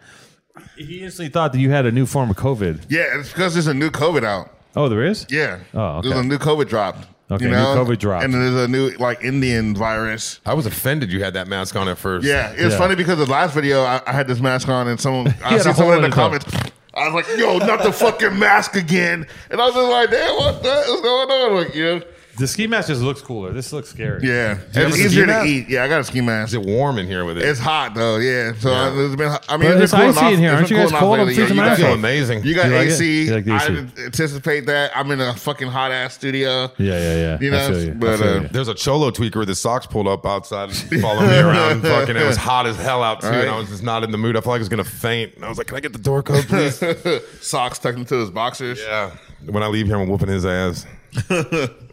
Speaker 1: He instantly thought that you had a new form of COVID.
Speaker 3: Yeah, it's because there's a new COVID out.
Speaker 1: Oh, there is.
Speaker 3: Yeah.
Speaker 1: Oh, okay.
Speaker 3: There's a new COVID dropped.
Speaker 1: Okay, new COVID dropped.
Speaker 3: And there's a new like Indian virus.
Speaker 2: I was offended you had that mask on at first.
Speaker 3: Yeah, it's
Speaker 1: Yeah.
Speaker 3: funny because the last video I, I had this mask on and someone I
Speaker 1: had a
Speaker 3: see
Speaker 1: hole
Speaker 3: someone in
Speaker 1: in his
Speaker 3: the
Speaker 1: head.
Speaker 3: comments. I was like, "Yo, not the fucking mask again!" And I was just like, "Damn, what the hell is going on?" Like, you know,
Speaker 1: The ski mask just looks cooler. This looks scary.
Speaker 3: yeah,
Speaker 2: you have
Speaker 3: it's
Speaker 2: a ski
Speaker 3: easier to
Speaker 2: mask?
Speaker 3: eat. Yeah, I got a ski
Speaker 2: Is
Speaker 3: mask.
Speaker 2: it warm in here with it?
Speaker 3: It's hot though, yeah. So I, it's been. I mean,
Speaker 1: But it's
Speaker 3: it's, been cooling
Speaker 1: icy
Speaker 3: off-
Speaker 1: in here.
Speaker 3: it's
Speaker 1: Aren't
Speaker 3: been
Speaker 1: you guys
Speaker 3: cooling off
Speaker 1: cold? I'm
Speaker 3: lately. Yeah,
Speaker 1: freezing
Speaker 3: you
Speaker 1: my
Speaker 2: I
Speaker 3: got-
Speaker 1: ass
Speaker 2: feel
Speaker 1: off.
Speaker 2: amazing.
Speaker 3: You got
Speaker 1: You like it?
Speaker 3: AC.
Speaker 1: You like the
Speaker 3: I
Speaker 1: AC.
Speaker 3: didn't anticipate that. I'm in a fucking hot ass studio.
Speaker 1: yeah, yeah. yeah.
Speaker 3: You know,
Speaker 1: I feel you. I
Speaker 3: but,
Speaker 1: feel
Speaker 3: uh,
Speaker 1: you.
Speaker 2: There's a cholo tweaker with his socks pulled up outside and following me around. Fucking, it was hot as hell out too, and I
Speaker 3: Right.
Speaker 2: was just not in the mood. I felt like I was gonna faint. And I was like, "Can I get the door code, please?"
Speaker 3: uh, Socks tucked into his boxers.
Speaker 2: yeah. When I leave here, I'm whooping his ass. I'm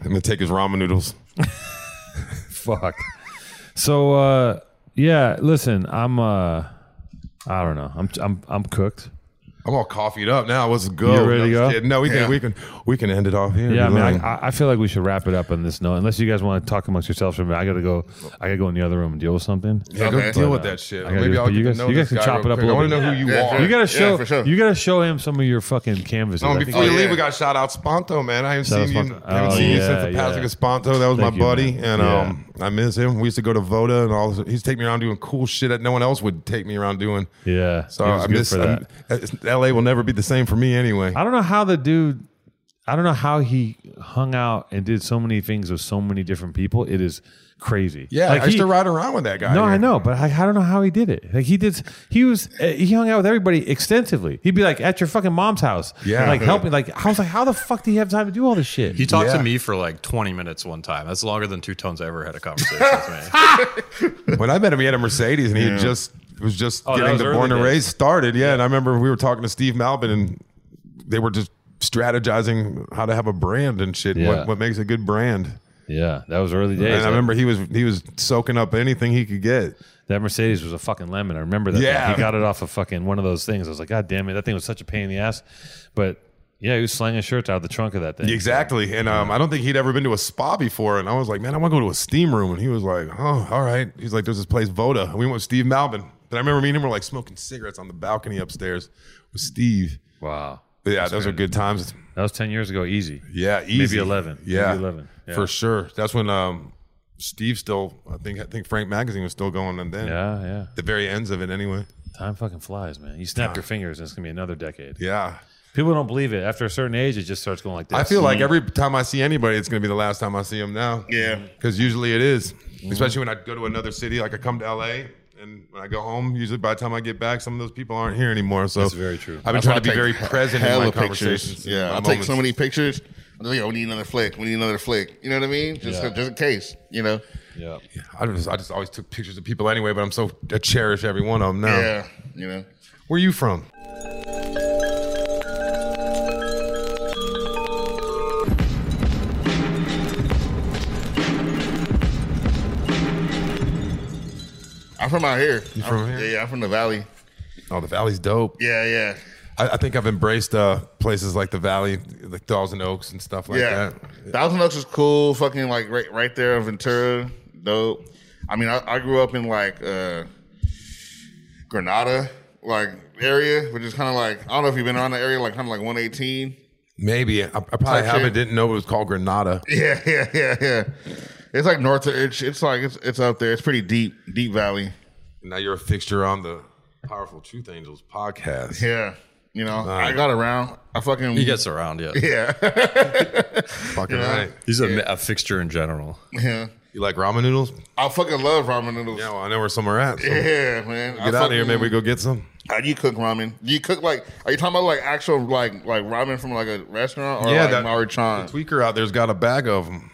Speaker 2: gonna take his ramen noodles.
Speaker 1: fuck. So uh yeah, listen, I'm uh I don't know. I'm I'm I'm cooked.
Speaker 2: I'm all coffeed up now. Let's go.
Speaker 1: You ready
Speaker 2: no,
Speaker 1: to
Speaker 2: just
Speaker 1: go?
Speaker 2: kidding. No, we can
Speaker 3: Yeah.
Speaker 2: we can we can end it off here.
Speaker 1: Yeah, I
Speaker 2: Be
Speaker 1: mean,
Speaker 2: lying.
Speaker 1: I- I, I feel like we should wrap it up on this note. Unless you guys want to talk amongst yourselves for a minute, I gotta go. I gotta go in the other room and deal with something.
Speaker 2: yeah, go
Speaker 3: Okay.
Speaker 2: deal
Speaker 3: But,
Speaker 2: with
Speaker 1: uh,
Speaker 2: that shit.
Speaker 1: I gotta
Speaker 2: Maybe
Speaker 1: do-
Speaker 2: I'll
Speaker 1: but
Speaker 2: get
Speaker 1: you
Speaker 2: to
Speaker 1: guys-
Speaker 2: know
Speaker 1: you guys
Speaker 2: this
Speaker 1: can
Speaker 2: guy
Speaker 1: chop
Speaker 2: real
Speaker 1: it up a
Speaker 2: quick. I want to
Speaker 1: little
Speaker 2: know who you
Speaker 3: Yeah,
Speaker 2: are.
Speaker 3: sure.
Speaker 1: You gotta show.
Speaker 3: for sure.
Speaker 1: You gotta show him some of your fucking canvases.
Speaker 2: No,
Speaker 1: I
Speaker 2: and
Speaker 1: think
Speaker 2: before
Speaker 1: that-
Speaker 2: you
Speaker 3: yeah.
Speaker 2: leave, we got shout out Sponto, man. I haven't
Speaker 1: Shout out
Speaker 2: seen you.
Speaker 1: Sponto.
Speaker 2: I haven't
Speaker 1: Oh,
Speaker 2: seen you
Speaker 1: yeah,
Speaker 2: since the
Speaker 1: yeah.
Speaker 2: Patrick of Sponto. That was
Speaker 1: Thank
Speaker 2: my
Speaker 1: you,
Speaker 2: buddy,
Speaker 1: man.
Speaker 2: and
Speaker 1: Yeah.
Speaker 2: um, I miss him. We used to go to Voda and all. He's taking me around doing cool shit that no one else would take me around doing.
Speaker 1: yeah.
Speaker 2: So
Speaker 1: he was
Speaker 2: I
Speaker 1: good
Speaker 2: miss
Speaker 1: for that.
Speaker 2: I'm- it's- L.A. will never be the same for me anyway.
Speaker 1: I don't know how the dude. I don't know how he hung out and did so many things with so many different people. It is crazy.
Speaker 2: yeah,
Speaker 1: Like,
Speaker 2: I used
Speaker 1: he-
Speaker 2: to ride around with that guy.
Speaker 1: No,
Speaker 2: here.
Speaker 1: I know, but I, I don't know how he did it. Like he did, he was uh, he hung out with everybody extensively. He'd be like at your fucking mom's house,
Speaker 2: Yeah.
Speaker 1: like helping. Like I was like, how the fuck do you have time to do all this shit?
Speaker 4: He talked
Speaker 2: Yeah.
Speaker 4: to me for like 20 minutes one time. That's longer than Two Tones ever had a conversation with me.
Speaker 2: When I met him, he had a Mercedes, and he had just was just
Speaker 1: Oh, that
Speaker 2: getting
Speaker 1: was
Speaker 2: the
Speaker 1: early
Speaker 2: born and
Speaker 1: days.
Speaker 2: raised started. Yeah, and I remember we were talking to Steve Malvin, and they were just strategizing how to have a brand and shit. and
Speaker 1: Yeah.
Speaker 2: What, what makes a good brand?
Speaker 1: yeah, that was early days.
Speaker 2: And I remember he was he was soaking up anything he could get.
Speaker 1: that Mercedes was a fucking lemon. I remember that.
Speaker 2: Yeah.
Speaker 1: thing. he got it off of fucking one of those things. I was like, god damn it, that thing was such a pain in the ass. But yeah, he was slanging shirts out of the trunk of that thing.
Speaker 2: Exactly. And um, I don't think he'd ever been to a spa before. And I was like, man, I want to go to a steam room. And he was like, oh, all right. He's like, there's this place, Voda. And we went with Steve Malvin. And I remember me and him were like smoking cigarettes on the balcony upstairs with Steve.
Speaker 1: Wow,
Speaker 2: But yeah, those are good times.
Speaker 1: that was ten years ago. Easy.
Speaker 2: Yeah, easy.
Speaker 1: 11.
Speaker 2: Yeah,
Speaker 1: Maybe 11. Yeah.
Speaker 2: for sure. That's when um, Steve still. I think I think Frank Magazine was still going, and then
Speaker 1: Yeah, yeah.
Speaker 2: the very ends of it anyway.
Speaker 1: Time fucking flies, man. You snap your fingers, and it's gonna be another decade.
Speaker 2: Yeah.
Speaker 1: People don't believe it. After a certain age, it just starts going like this.
Speaker 2: I feel like every time I see anybody, it's going to be the last time I see them now.
Speaker 3: Yeah.
Speaker 2: Because usually it is,
Speaker 1: Mm.
Speaker 2: especially when I go to another city. Like I come to LA and when I go home, usually by the time I get back, some of those people aren't here anymore. So
Speaker 1: That's very true.
Speaker 2: I've been
Speaker 3: That's why
Speaker 2: trying
Speaker 3: I
Speaker 2: to be
Speaker 3: take
Speaker 2: very
Speaker 3: he-
Speaker 2: present in my
Speaker 3: hella pictures.
Speaker 2: conversations. and
Speaker 3: Yeah,
Speaker 2: my
Speaker 3: I take
Speaker 2: moments.
Speaker 3: so many pictures. I'm just like, oh, we need another flick. We need another flick. You know what I mean? Just,
Speaker 1: Yeah.
Speaker 3: just in case. You know?
Speaker 1: yeah.
Speaker 2: I just, I just always took pictures of people anyway, but I'm so I cherish every one of them now.
Speaker 3: Yeah. You know.
Speaker 2: Where you from?
Speaker 3: I'm from out here.
Speaker 2: You from
Speaker 3: I'm-
Speaker 2: here?
Speaker 3: Yeah, yeah, I'm from the valley.
Speaker 2: Oh, the Valley's dope.
Speaker 3: Yeah, yeah,
Speaker 2: I, I think I've embraced uh, places like the Valley, like Thousand Oaks and stuff like
Speaker 3: yeah.
Speaker 2: that.
Speaker 3: Thousand Oaks is cool. Fucking like right, right there in Ventura. Dope. I mean, I, I grew up in like uh Granada, like area, which is kind of like I don't know if you've been around that area, like kind of like 118.
Speaker 2: Maybe I, I probably
Speaker 3: Type
Speaker 2: haven't.
Speaker 3: shit.
Speaker 2: Didn't know it was called Granada.
Speaker 3: Yeah, yeah, yeah, yeah. It's like north. Of, it's it's like it's it's up there. It's pretty deep, deep valley.
Speaker 2: Now you're a fixture on the Powerful Truth Angels podcast.
Speaker 3: Yeah, you know, I got around. I fucking
Speaker 4: He gets around, yeah.
Speaker 3: yeah,
Speaker 2: Fucking right.
Speaker 4: He's a, a fixture in general.
Speaker 3: yeah.
Speaker 2: You like ramen noodles?
Speaker 3: I fucking love ramen noodles.
Speaker 2: Yeah,
Speaker 3: Yeah,
Speaker 2: well, I know where some are at. So
Speaker 3: man. I
Speaker 2: Get out of here.
Speaker 3: fucking-
Speaker 2: Maybe we go get some.
Speaker 3: How do you cook ramen? Do you cook like? Are you talking about like actual like like ramen from like a restaurant or like
Speaker 2: that-
Speaker 3: Maruchan?
Speaker 2: the tweaker out there's got a bag of them,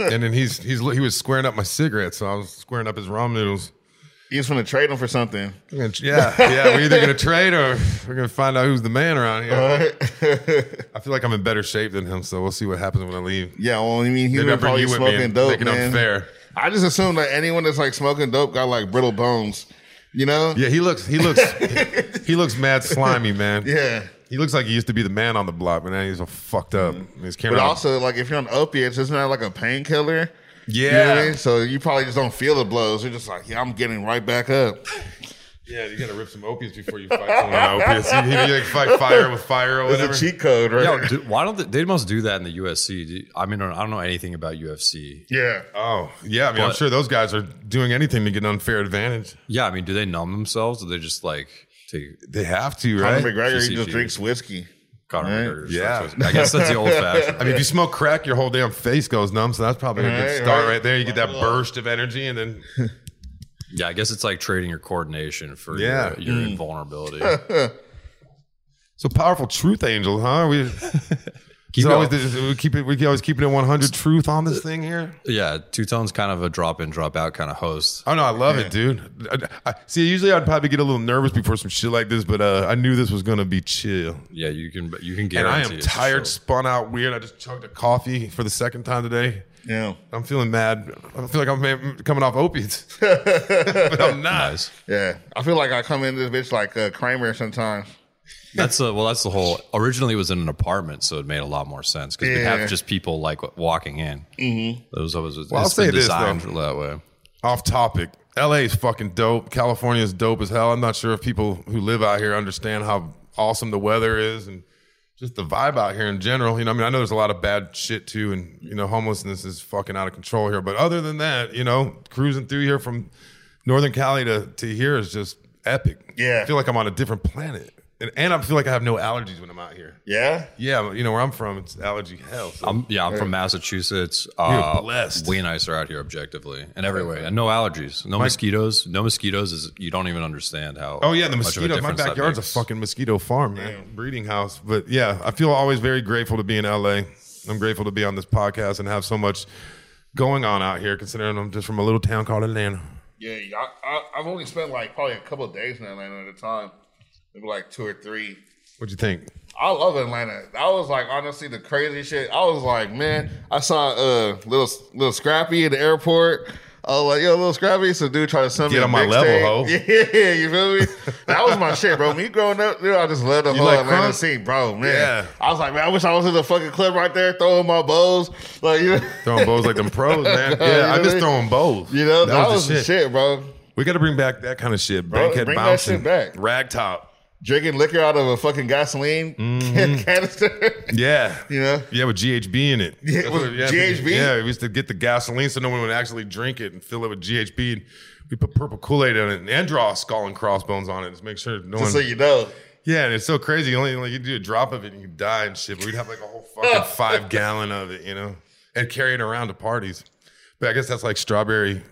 Speaker 2: and then he's he's he was squaring up my cigarette, so I was squaring up his ramen noodles.
Speaker 3: You just want to trade them for something.
Speaker 2: Yeah, yeah. We're either gonna trade or we're gonna find out who's the man around here. I feel like I'm in better shape than him, so we'll see what happens when I leave.
Speaker 3: Yeah, well, I mean,
Speaker 2: Maybe
Speaker 3: he was
Speaker 2: I'll bring
Speaker 3: probably
Speaker 2: you with me
Speaker 3: smoking
Speaker 2: and
Speaker 3: dope,
Speaker 2: make it
Speaker 3: man.
Speaker 2: unfair.
Speaker 3: I just assume that anyone that's like smoking dope got like brittle bones, you know?
Speaker 2: Yeah, he looks he looks he looks mad slimy, man.
Speaker 3: Yeah.
Speaker 2: He looks like he used to be the man on the block, but now he's all fucked up. He's carrying
Speaker 3: Mm. But
Speaker 2: around-
Speaker 3: also, like if you're on opiates, isn't that like a painkiller?
Speaker 2: yeah,
Speaker 3: You know what I mean? So you probably just don't feel the blows. You're just like, yeah, I'm getting right back up.
Speaker 2: yeah. You gotta rip some opiates before you fight someone on opiates. You, you like fight fire with fire or whatever.
Speaker 3: It's a cheat code, right?
Speaker 4: Yo, dude, why don't they, they must do that in the USC? Do- I mean, I don't know anything about UFC.
Speaker 3: yeah.
Speaker 2: Oh yeah, I mean, I'm
Speaker 4: But-
Speaker 2: sure those guys are doing anything to get an unfair advantage.
Speaker 4: Yeah, I mean, do they numb themselves? Or they just like take
Speaker 2: They have to,
Speaker 3: Conor
Speaker 2: right?
Speaker 3: McGregor he
Speaker 4: CCG.
Speaker 3: just drinks whiskey.
Speaker 4: Conor
Speaker 3: Right.
Speaker 4: McGregor?
Speaker 2: Yeah.
Speaker 4: That's what- I guess that's the old fashioned.
Speaker 2: I mean, if you smoke crack, your whole damn face goes numb. So that's probably a good
Speaker 3: Right,
Speaker 2: start right,
Speaker 3: right.
Speaker 2: there. You get that burst of energy, and then
Speaker 4: Yeah, I guess it's like trading your coordination for
Speaker 2: Yeah. Mm.
Speaker 4: your, your invulnerability.
Speaker 2: so powerful truth angel, huh? We
Speaker 4: Keep
Speaker 2: so
Speaker 4: it
Speaker 2: always,
Speaker 4: up.
Speaker 2: we keep it. We always keep it at 100 truth on this thing here.
Speaker 4: yeah, Two Tone's kind of a drop in, drop out kind of host.
Speaker 2: Oh no, I love it, dude. I, I, see, usually I'd probably get a little nervous before some shit like this, but uh, I knew this was gonna be chill.
Speaker 4: Yeah, you can you can
Speaker 2: And
Speaker 4: guarantee.
Speaker 2: I am
Speaker 4: it's
Speaker 2: tired,
Speaker 4: chill.
Speaker 2: spun out, weird. I just chugged a coffee for the second time today.
Speaker 3: Yeah.
Speaker 2: I'm feeling mad. I feel like I'm ma- coming off opiates, but I'm not.
Speaker 4: Nice.
Speaker 3: Yeah. I feel like I come into this bitch like uh, Kramer sometimes.
Speaker 4: That's a, well. That's the whole. Originally, it was in an apartment, so it made a lot more sense because we
Speaker 3: Yeah.
Speaker 4: have just people like walking in. Mm-hmm. It was always it's
Speaker 2: I'll say
Speaker 4: been
Speaker 2: this,
Speaker 4: designed
Speaker 2: though.
Speaker 4: that way.
Speaker 2: Off topic. LA is fucking dope. California is dope as hell. I'm not sure if people who live out here understand how awesome the weather is and just the vibe out here in general. You know, I mean, I know there's a lot of bad shit too, and you know, homelessness is fucking out of control here. But other than that, you know, cruising through here from Northern Cali to, to here is just epic.
Speaker 3: Yeah.
Speaker 2: I feel like I'm on a different planet. And, and I feel like I have no allergies when I'm out here.
Speaker 3: Yeah.
Speaker 2: Yeah, you know where I'm from, it's allergy hell. So.
Speaker 4: I'm yeah. I'm from Massachusetts. Uh,
Speaker 2: blessed.
Speaker 4: We nicer out here, objectively, in every way, and no allergies, no mosquitoes, no mosquitoes. Is you don't even understand how.
Speaker 2: Oh yeah, the
Speaker 4: much of a
Speaker 2: mosquitoes. My
Speaker 4: difference that
Speaker 2: backyard's a
Speaker 4: makes.
Speaker 2: fucking mosquito farm, man. Breeding house. But yeah, I feel always very grateful to be in LA. I'm grateful to be on this podcast and have so much going on out here, considering I'm just from a little town called Atlanta.
Speaker 3: Yeah. I, I, I've only spent like probably a couple of days in Atlanta at a time, maybe like two or three.
Speaker 2: What'd you think?
Speaker 3: I love Atlanta. That was like honestly the crazy shit. I was like, man, I saw uh little little Scrappy at the airport. I was like, yo, little Scrappy, so dude try to send
Speaker 2: Get
Speaker 3: me a
Speaker 2: on my
Speaker 3: mixtape.
Speaker 2: level, ho.
Speaker 3: Yeah, you feel me? That was my shit, bro. Me growing up, dude, I just loved the whole
Speaker 2: like
Speaker 3: Atlanta
Speaker 2: crunk?
Speaker 3: scene, bro. Man,
Speaker 2: Yeah.
Speaker 3: I was like, man, I wish I was in the fucking club right there throwing my bows, like you know,
Speaker 2: Throwing bows like them pros, man.
Speaker 3: you
Speaker 2: Yeah, I
Speaker 3: know
Speaker 2: miss
Speaker 3: what I
Speaker 2: throwing
Speaker 3: mean?
Speaker 2: bows.
Speaker 3: you know, that,
Speaker 2: the
Speaker 3: was the shit, bro.
Speaker 2: We got to bring back that kind of shit.
Speaker 3: Bro,
Speaker 2: Bankhead
Speaker 3: bring that
Speaker 2: bouncing,
Speaker 3: shit back.
Speaker 2: ragtop.
Speaker 3: drinking liquor out of a fucking gasoline
Speaker 2: Mm-hmm.
Speaker 3: can- canister.
Speaker 2: Yeah.
Speaker 3: you know,
Speaker 2: Yeah, with GHB in it.
Speaker 3: Yeah, with
Speaker 2: Yeah,
Speaker 3: GHB?
Speaker 2: Yeah, we used to get the gasoline so no one would actually drink it and fill it with GHB. And we put purple Kool Aid on it and draw skull and crossbones on it to make sure no one.
Speaker 3: just so you know.
Speaker 2: yeah, and it's so crazy. You only like you do a drop of it and you die and shit. But we'd have like a whole fucking five gallon of it, you know, and carry it around to parties. But I guess that's like strawberry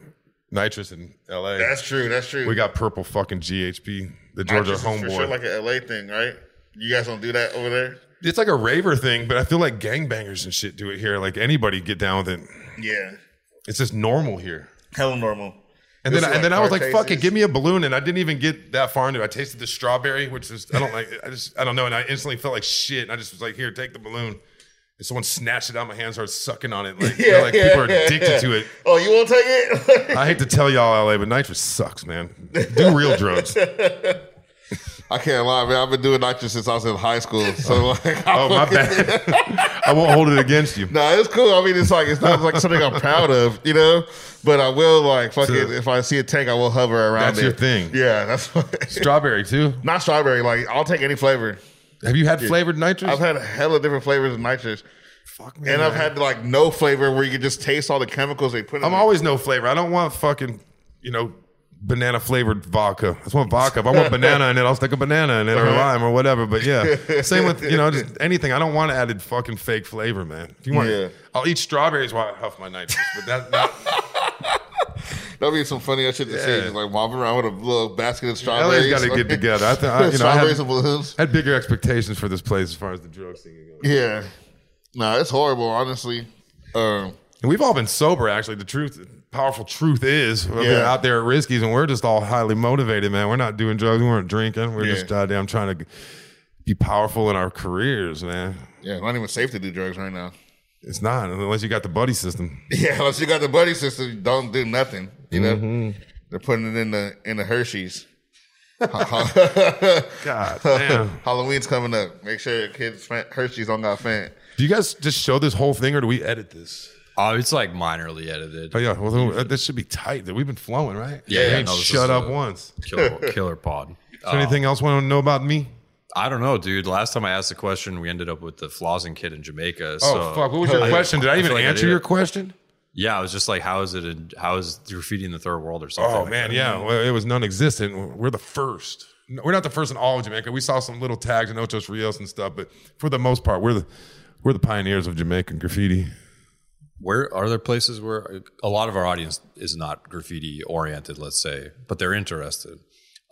Speaker 2: nitrous in L.A.
Speaker 3: That's true. That's true.
Speaker 2: we got purple fucking GHB, the
Speaker 3: Nitrous
Speaker 2: Georgia
Speaker 3: is
Speaker 2: homeboy.
Speaker 3: For sure, like an LA thing, right? You guys don't do that over there.
Speaker 2: it's like a raver thing, but I feel like gangbangers and shit do it here. Like anybody get down with it.
Speaker 3: Yeah,
Speaker 2: It's just normal here.
Speaker 3: hella normal.
Speaker 2: And then,
Speaker 3: This is
Speaker 2: and then I was
Speaker 3: car
Speaker 2: like, "Fuck it,
Speaker 3: chases.
Speaker 2: give me a balloon." And I didn't even get that far into it. I tasted the strawberry, which is I don't like. I just I don't know. And I instantly felt like shit. And I just was like, "Here, take the balloon." And someone snatched it out of my hands, started sucking on it. Like, they're like people are addicted
Speaker 3: yeah.
Speaker 2: to it.
Speaker 3: Oh, you won't take it?
Speaker 2: I hate to tell y'all, LA, but nitrous sucks, man. Do real drugs.
Speaker 3: I can't lie, man. I've been doing nitrous since I was in high school. So like, I
Speaker 2: Oh my
Speaker 3: fucking-
Speaker 2: bad. I won't hold it against you.
Speaker 3: Nah, it's cool. I mean, it's like it's not like something I'm proud of, you know. But I will like fucking
Speaker 2: So-
Speaker 3: if I see a tank, I will hover around.
Speaker 2: That's
Speaker 3: it.
Speaker 2: your thing.
Speaker 3: Yeah, that's what,
Speaker 2: Strawberry too.
Speaker 3: not strawberry. Like I'll take any flavor.
Speaker 2: Have you had flavored nitrous?
Speaker 3: I've had a hella different flavors of nitrous,
Speaker 2: Fuck me.
Speaker 3: and I've
Speaker 2: man.
Speaker 3: had like no flavor where you can just taste all the chemicals they put. in
Speaker 2: I'm
Speaker 3: it.
Speaker 2: always no flavor. I don't want fucking, you know, banana flavored vodka. I just want vodka. If I want banana in it, I'll stick a banana in it
Speaker 3: Uh-huh.
Speaker 2: or lime or whatever. But yeah, same with, you know, just anything. I don't want added fucking fake flavor, man. If you want,
Speaker 3: Yeah.
Speaker 2: I'll eat strawberries while I huff my nitrous. But that, that
Speaker 3: That'd be some funny ass shit to
Speaker 2: Yeah.
Speaker 3: see. Just like walking around with a little basket of
Speaker 2: LA's
Speaker 3: strawberries.
Speaker 2: got to
Speaker 3: like,
Speaker 2: get together. I, th- I, you know, I
Speaker 3: strawberries
Speaker 2: had,
Speaker 3: and balloons.
Speaker 2: I had bigger expectations for this place as far as the drug scene goes.
Speaker 3: Yeah. Nah, it's horrible, honestly. Um,
Speaker 2: And we've all been sober, actually. The truth, the powerful truth is, we're
Speaker 3: Yeah.
Speaker 2: out there at Risky's, and we're just all highly motivated, man. We're not doing drugs, we weren't drinking. We're
Speaker 3: Yeah.
Speaker 2: just goddamn trying to be powerful in our careers, man.
Speaker 3: yeah, not even safe to do drugs right now.
Speaker 2: It's not unless you got the buddy system.
Speaker 3: Yeah, unless you got the buddy system, don't do nothing. You know,
Speaker 2: Mm-hmm.
Speaker 3: they're putting it in the in the Hershey's.
Speaker 2: God damn.
Speaker 3: Halloween's coming up. Make sure your kids' fan- Hershey's don't got fan.
Speaker 2: Do you guys just show this whole thing, or do we edit this?
Speaker 4: Oh, it's like minorly edited.
Speaker 2: Oh yeah, well then, this should be tight. We've been flowing, right?
Speaker 4: Yeah, yeah,
Speaker 2: We
Speaker 4: no, this
Speaker 2: shut
Speaker 4: is
Speaker 2: up
Speaker 4: a-
Speaker 2: once. Is uh,
Speaker 4: Killer, killer pod. Uh,
Speaker 2: there anything else want to know about me?
Speaker 4: I don't know, dude. Last time I asked the question, we ended up with the Flossing kid in Jamaica.
Speaker 2: Oh
Speaker 4: so
Speaker 2: fuck! What was your
Speaker 3: I-
Speaker 2: question? Did I,
Speaker 4: I
Speaker 2: even
Speaker 4: feel like I
Speaker 2: answer
Speaker 4: did.
Speaker 2: your question?
Speaker 4: Yeah, I was just like, how is it? In, how is graffiti in the third world or something?
Speaker 2: Oh
Speaker 4: like
Speaker 2: man, yeah, well, it was non-existent. We're the first. No, We're not the first in all of Jamaica. We saw some little tags in Ochos Rios and stuff, but for the most part, we're the we're the pioneers of Jamaican graffiti.
Speaker 4: Where are there places where a lot of our audience is not graffiti oriented, let's say, but they're interested?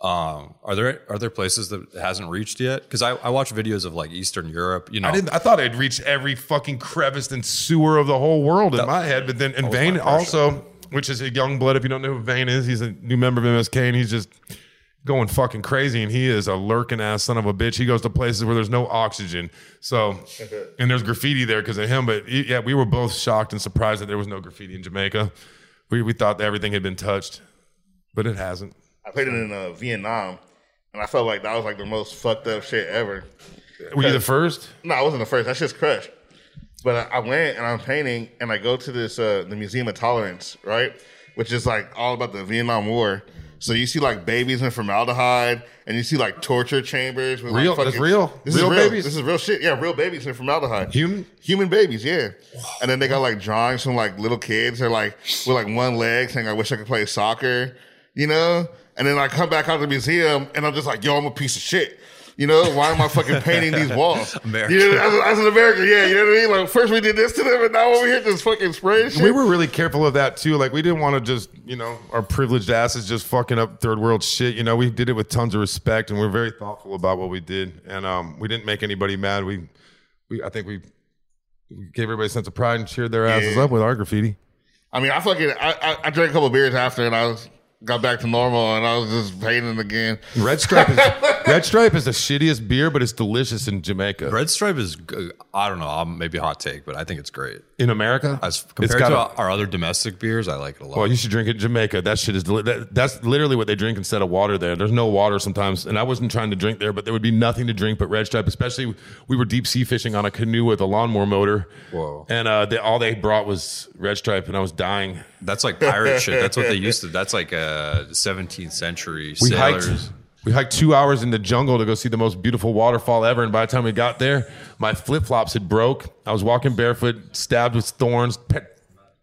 Speaker 4: Um, are there are there places that it hasn't reached yet? Because I, I watch videos of like Eastern Europe, you know,
Speaker 2: I didn't. I thought I'd reached every fucking crevice and sewer of the whole world in my head, but then and Vane also, which is a young blood. If you don't know who Vane is, he's a new member of MSK, and he's just going fucking crazy. And he is a lurking ass son of a bitch. He goes to places where there's no oxygen, so and there's graffiti there because of him. But y- yeah, we were both shocked and surprised that there was no graffiti in Jamaica. We we thought that everything had been touched, but it hasn't.
Speaker 3: I played it in uh, Vietnam, and I felt like that was like the most fucked up shit ever.
Speaker 2: Were you the first?
Speaker 3: No, I wasn't the first. That shit's crushed. But I, I went and I'm painting, and I go to this uh, the Museum of Tolerance, right, which is like all about the Vietnam War. So you see like babies in formaldehyde, and you see like torture chambers. With, like,
Speaker 2: Real- that's real?
Speaker 3: This
Speaker 2: Real
Speaker 3: is real.
Speaker 2: babies?
Speaker 3: This is real shit. Yeah, real babies in formaldehyde.
Speaker 2: Human?
Speaker 3: human babies. Yeah. And then they got like drawings from like little kids. They're like with like one leg saying, "I wish I could play soccer," you know. And then I come back out of the museum, and I'm just like, "Yo, I'm a piece of shit." You know, why am I fucking painting these walls?
Speaker 4: America.
Speaker 3: You know, as, as an American, yeah, you know what I mean? Like, first we did this to them, and now over here just fucking spraying shit.
Speaker 2: We were really careful of that too. Like we didn't want to just, you know, our privileged asses just fucking up third world shit. You know, we did it with tons of respect, and we are very thoughtful about what we did, and um, we didn't make anybody mad. We, we, I think we we gave everybody a sense of pride and cheered their asses
Speaker 3: Yeah.
Speaker 2: up with our graffiti.
Speaker 3: I mean, I fucking, I, I, I drank a couple beers after, and I was, got back to normal, and I was just painting again.
Speaker 2: Red stripe is red stripe is the shittiest beer, but it's delicious in Jamaica.
Speaker 4: Red Stripe is g- I don't know, um, maybe a hot take, but I think it's great.
Speaker 2: in America,
Speaker 4: As
Speaker 2: it's
Speaker 4: compared
Speaker 2: got
Speaker 4: to
Speaker 2: a-
Speaker 4: our other domestic beers, I like it a lot.
Speaker 2: Well, you should drink it in Jamaica. That shit is deli- that, that's literally what they drink instead of water there. There's no water sometimes, and I wasn't trying to drink there, but there would be nothing to drink but red stripe. Especially we were deep sea fishing on a canoe with a lawnmower motor.
Speaker 4: Whoa.
Speaker 2: And uh, they, all they brought was red stripe, and I was dying.
Speaker 4: that's like pirate shit. That's what they used to. That's like uh, 17th century
Speaker 2: We
Speaker 4: sailors.
Speaker 2: hiked. We hiked two hours in the jungle to go see the most beautiful waterfall ever. And by the time we got there, my flip flops had broke. I was walking barefoot, stabbed with thorns, pe-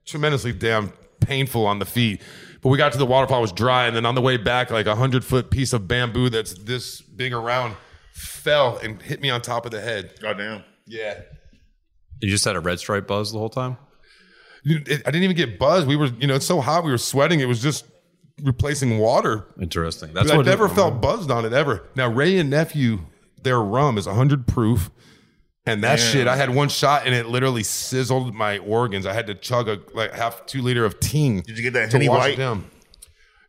Speaker 2: tremendously damn painful on the feet. But we got to the waterfall, it was dry. And then on the way back, like a hundred foot piece of bamboo that's this big around fell and hit me on top of the head.
Speaker 3: Goddamn.
Speaker 2: Yeah.
Speaker 4: You just had a red stripe buzz the whole time.
Speaker 2: You- it- I didn't even get buzzed. We were, you know, it's so hot. We were sweating. It was just replacing water.
Speaker 4: Interesting. That's
Speaker 2: I
Speaker 4: what
Speaker 2: never felt buzzed on it ever. Now Ray and nephew, their rum is 100 proof, and that shit. I had one shot and it literally sizzled my organs. I had to chug a like half two liter of ting. Did
Speaker 3: you get that
Speaker 2: to
Speaker 3: Henny
Speaker 2: wash
Speaker 3: White?
Speaker 2: it down.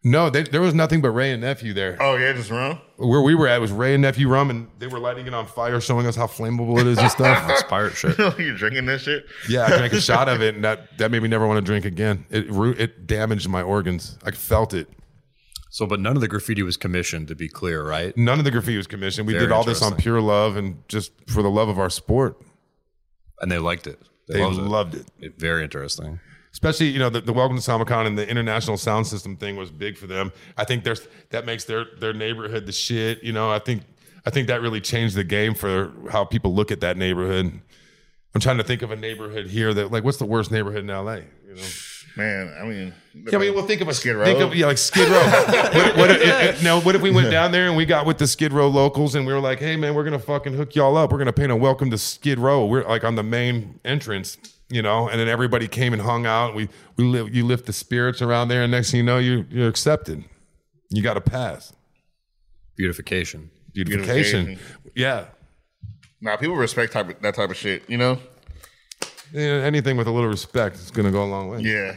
Speaker 2: No, they, there was nothing but Ray and nephew there.
Speaker 3: Oh yeah, just run.
Speaker 2: Where we were at was Ray and nephew rum, and they were lighting it on fire, showing us how flammable it is and stuff.
Speaker 4: It's pirate shit.
Speaker 3: you drinking that shit?
Speaker 2: yeah, I drank a shot of it, and that that made me never want to drink again. It ru- it damaged my organs. I felt it.
Speaker 4: So, but none of the graffiti was commissioned, to be clear, right?
Speaker 2: None of the graffiti was commissioned. We
Speaker 4: Very
Speaker 2: did all this on
Speaker 4: interesting.
Speaker 2: pure love and just for the love of our sport.
Speaker 4: And they liked it. They,
Speaker 2: They
Speaker 4: loved,
Speaker 2: loved it.
Speaker 4: it. It- Very interesting.
Speaker 2: Especially, you know, the, the Welcome to Samicon and the international sound system thing was big for them. I think there's that makes their their neighborhood the shit. You know, I think I think that really changed the game for how people look at that neighborhood. I'm trying to think of a neighborhood here that like what's the worst neighborhood in LA? You know?
Speaker 3: Man, I mean,
Speaker 2: Yeah, I mean, well, think of a
Speaker 3: Skid Row.
Speaker 2: Think of, yeah, like Skid Row. what, what if, if- now, what if we went down there and we got with the Skid Row locals and we were like, "Hey, man, we're gonna fucking hook y'all up. We're gonna paint a welcome to Skid Row. We're like on the main entrance, you know." And then everybody came and hung out. We we live you lift the spirits around there, and next thing you know, you you're accepted. You got a pass.
Speaker 4: Beautification.
Speaker 2: Beautification. Yeah.
Speaker 3: Nah, people respect type of, that type of shit. You know?
Speaker 2: Yeah, Anything with a little respect is gonna go a long way.
Speaker 3: Yeah.